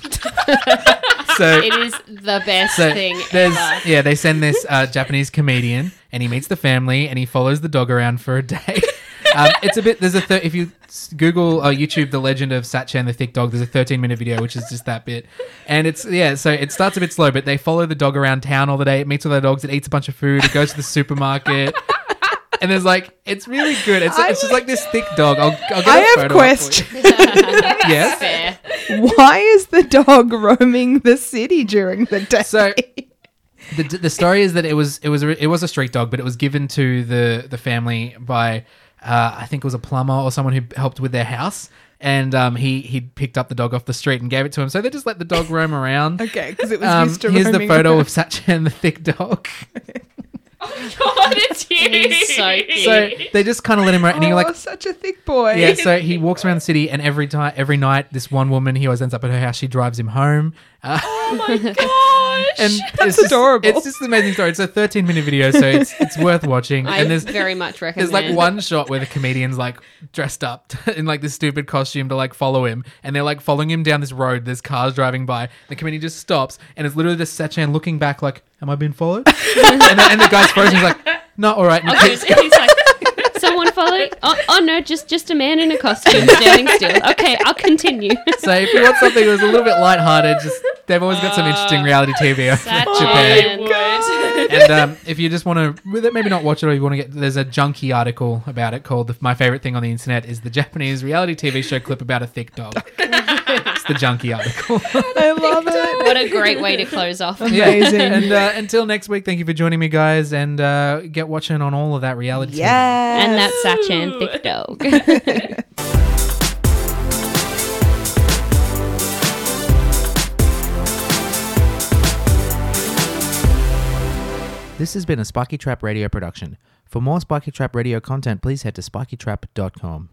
A: so
D: It is the best
A: so
D: thing
A: there's
D: ever.
A: yeah, they send this uh, Japanese comedian and he meets the family and he follows the dog around for a day. Um, it's a bit. There's a thir- if you s- Google uh, YouTube the legend of Satchan the thick dog. There's a 13 minute video which is just that bit, and it's yeah. So it starts a bit slow, but they follow the dog around town all the day. It meets all the dogs. It eats a bunch of food. It goes to the supermarket. And there's like, it's really good. It's,
C: I
A: it's just like this thick dog. I'll, I'll get
C: I
A: a
C: have
A: photo up for
C: question.
A: you. Yes.
D: Fair.
C: Why is the dog roaming the city during the day?
A: So the, the story is that it was it was a, it was a street dog, but it was given to the the family by uh, I think it was a plumber or someone who helped with their house, and um, he he picked up the dog off the street and gave it to him. So they just let the dog roam around.
C: okay, because it was
A: Um,
C: used to
A: here's the
C: roaming.
A: photo of Sachin the thick dog.
B: God, it's you.
D: He's so cute.
A: So they just kind of let him around, and
C: oh,
A: you're like,
C: such a thick boy.
A: yeah. So he walks around the city, and every time, every night, this one woman he always ends up at her house. She drives him home. Uh,
B: my gosh.
A: and it's just-
C: adorable.
A: it's just an amazing story. It's a 13 minute video, so it's it's worth watching.
D: I
A: and there's
D: very much recommend.
A: There's like one shot where the comedian's like dressed up in like this stupid costume to like follow him, and they're like following him down this road. There's cars driving by. The comedian just stops, and it's literally just Satchan looking back, like, "Am I being followed?" and, the, and the guy's frozen. He's like, "No, all right." And he keeps-
B: He's like,
D: Someone following? Oh, oh no, just just a man in a costume standing still. Okay, I'll continue.
A: so if you want something that's a little bit lighthearted, just they've always got some interesting reality TV over in
D: Satchin.
A: Japan.
B: I would.
A: And um, if you just want to, maybe not watch it, or you want to get, there's a junky article about it called the, "My favorite thing on the internet is the Japanese reality TV show clip about a thick dog." it's the junky article.
C: I love it.
D: What a great way to close off.
A: Yeah.
C: Amazing.
A: and uh, until next week, thank you for joining me, guys, and uh, get watching on all of that reality. TV.
C: Yes.
D: And that's Sachin Thick Dog.
A: This has been a Spiky Trap Radio production. For more Spiky Trap Radio content, please head to spikytrap.com.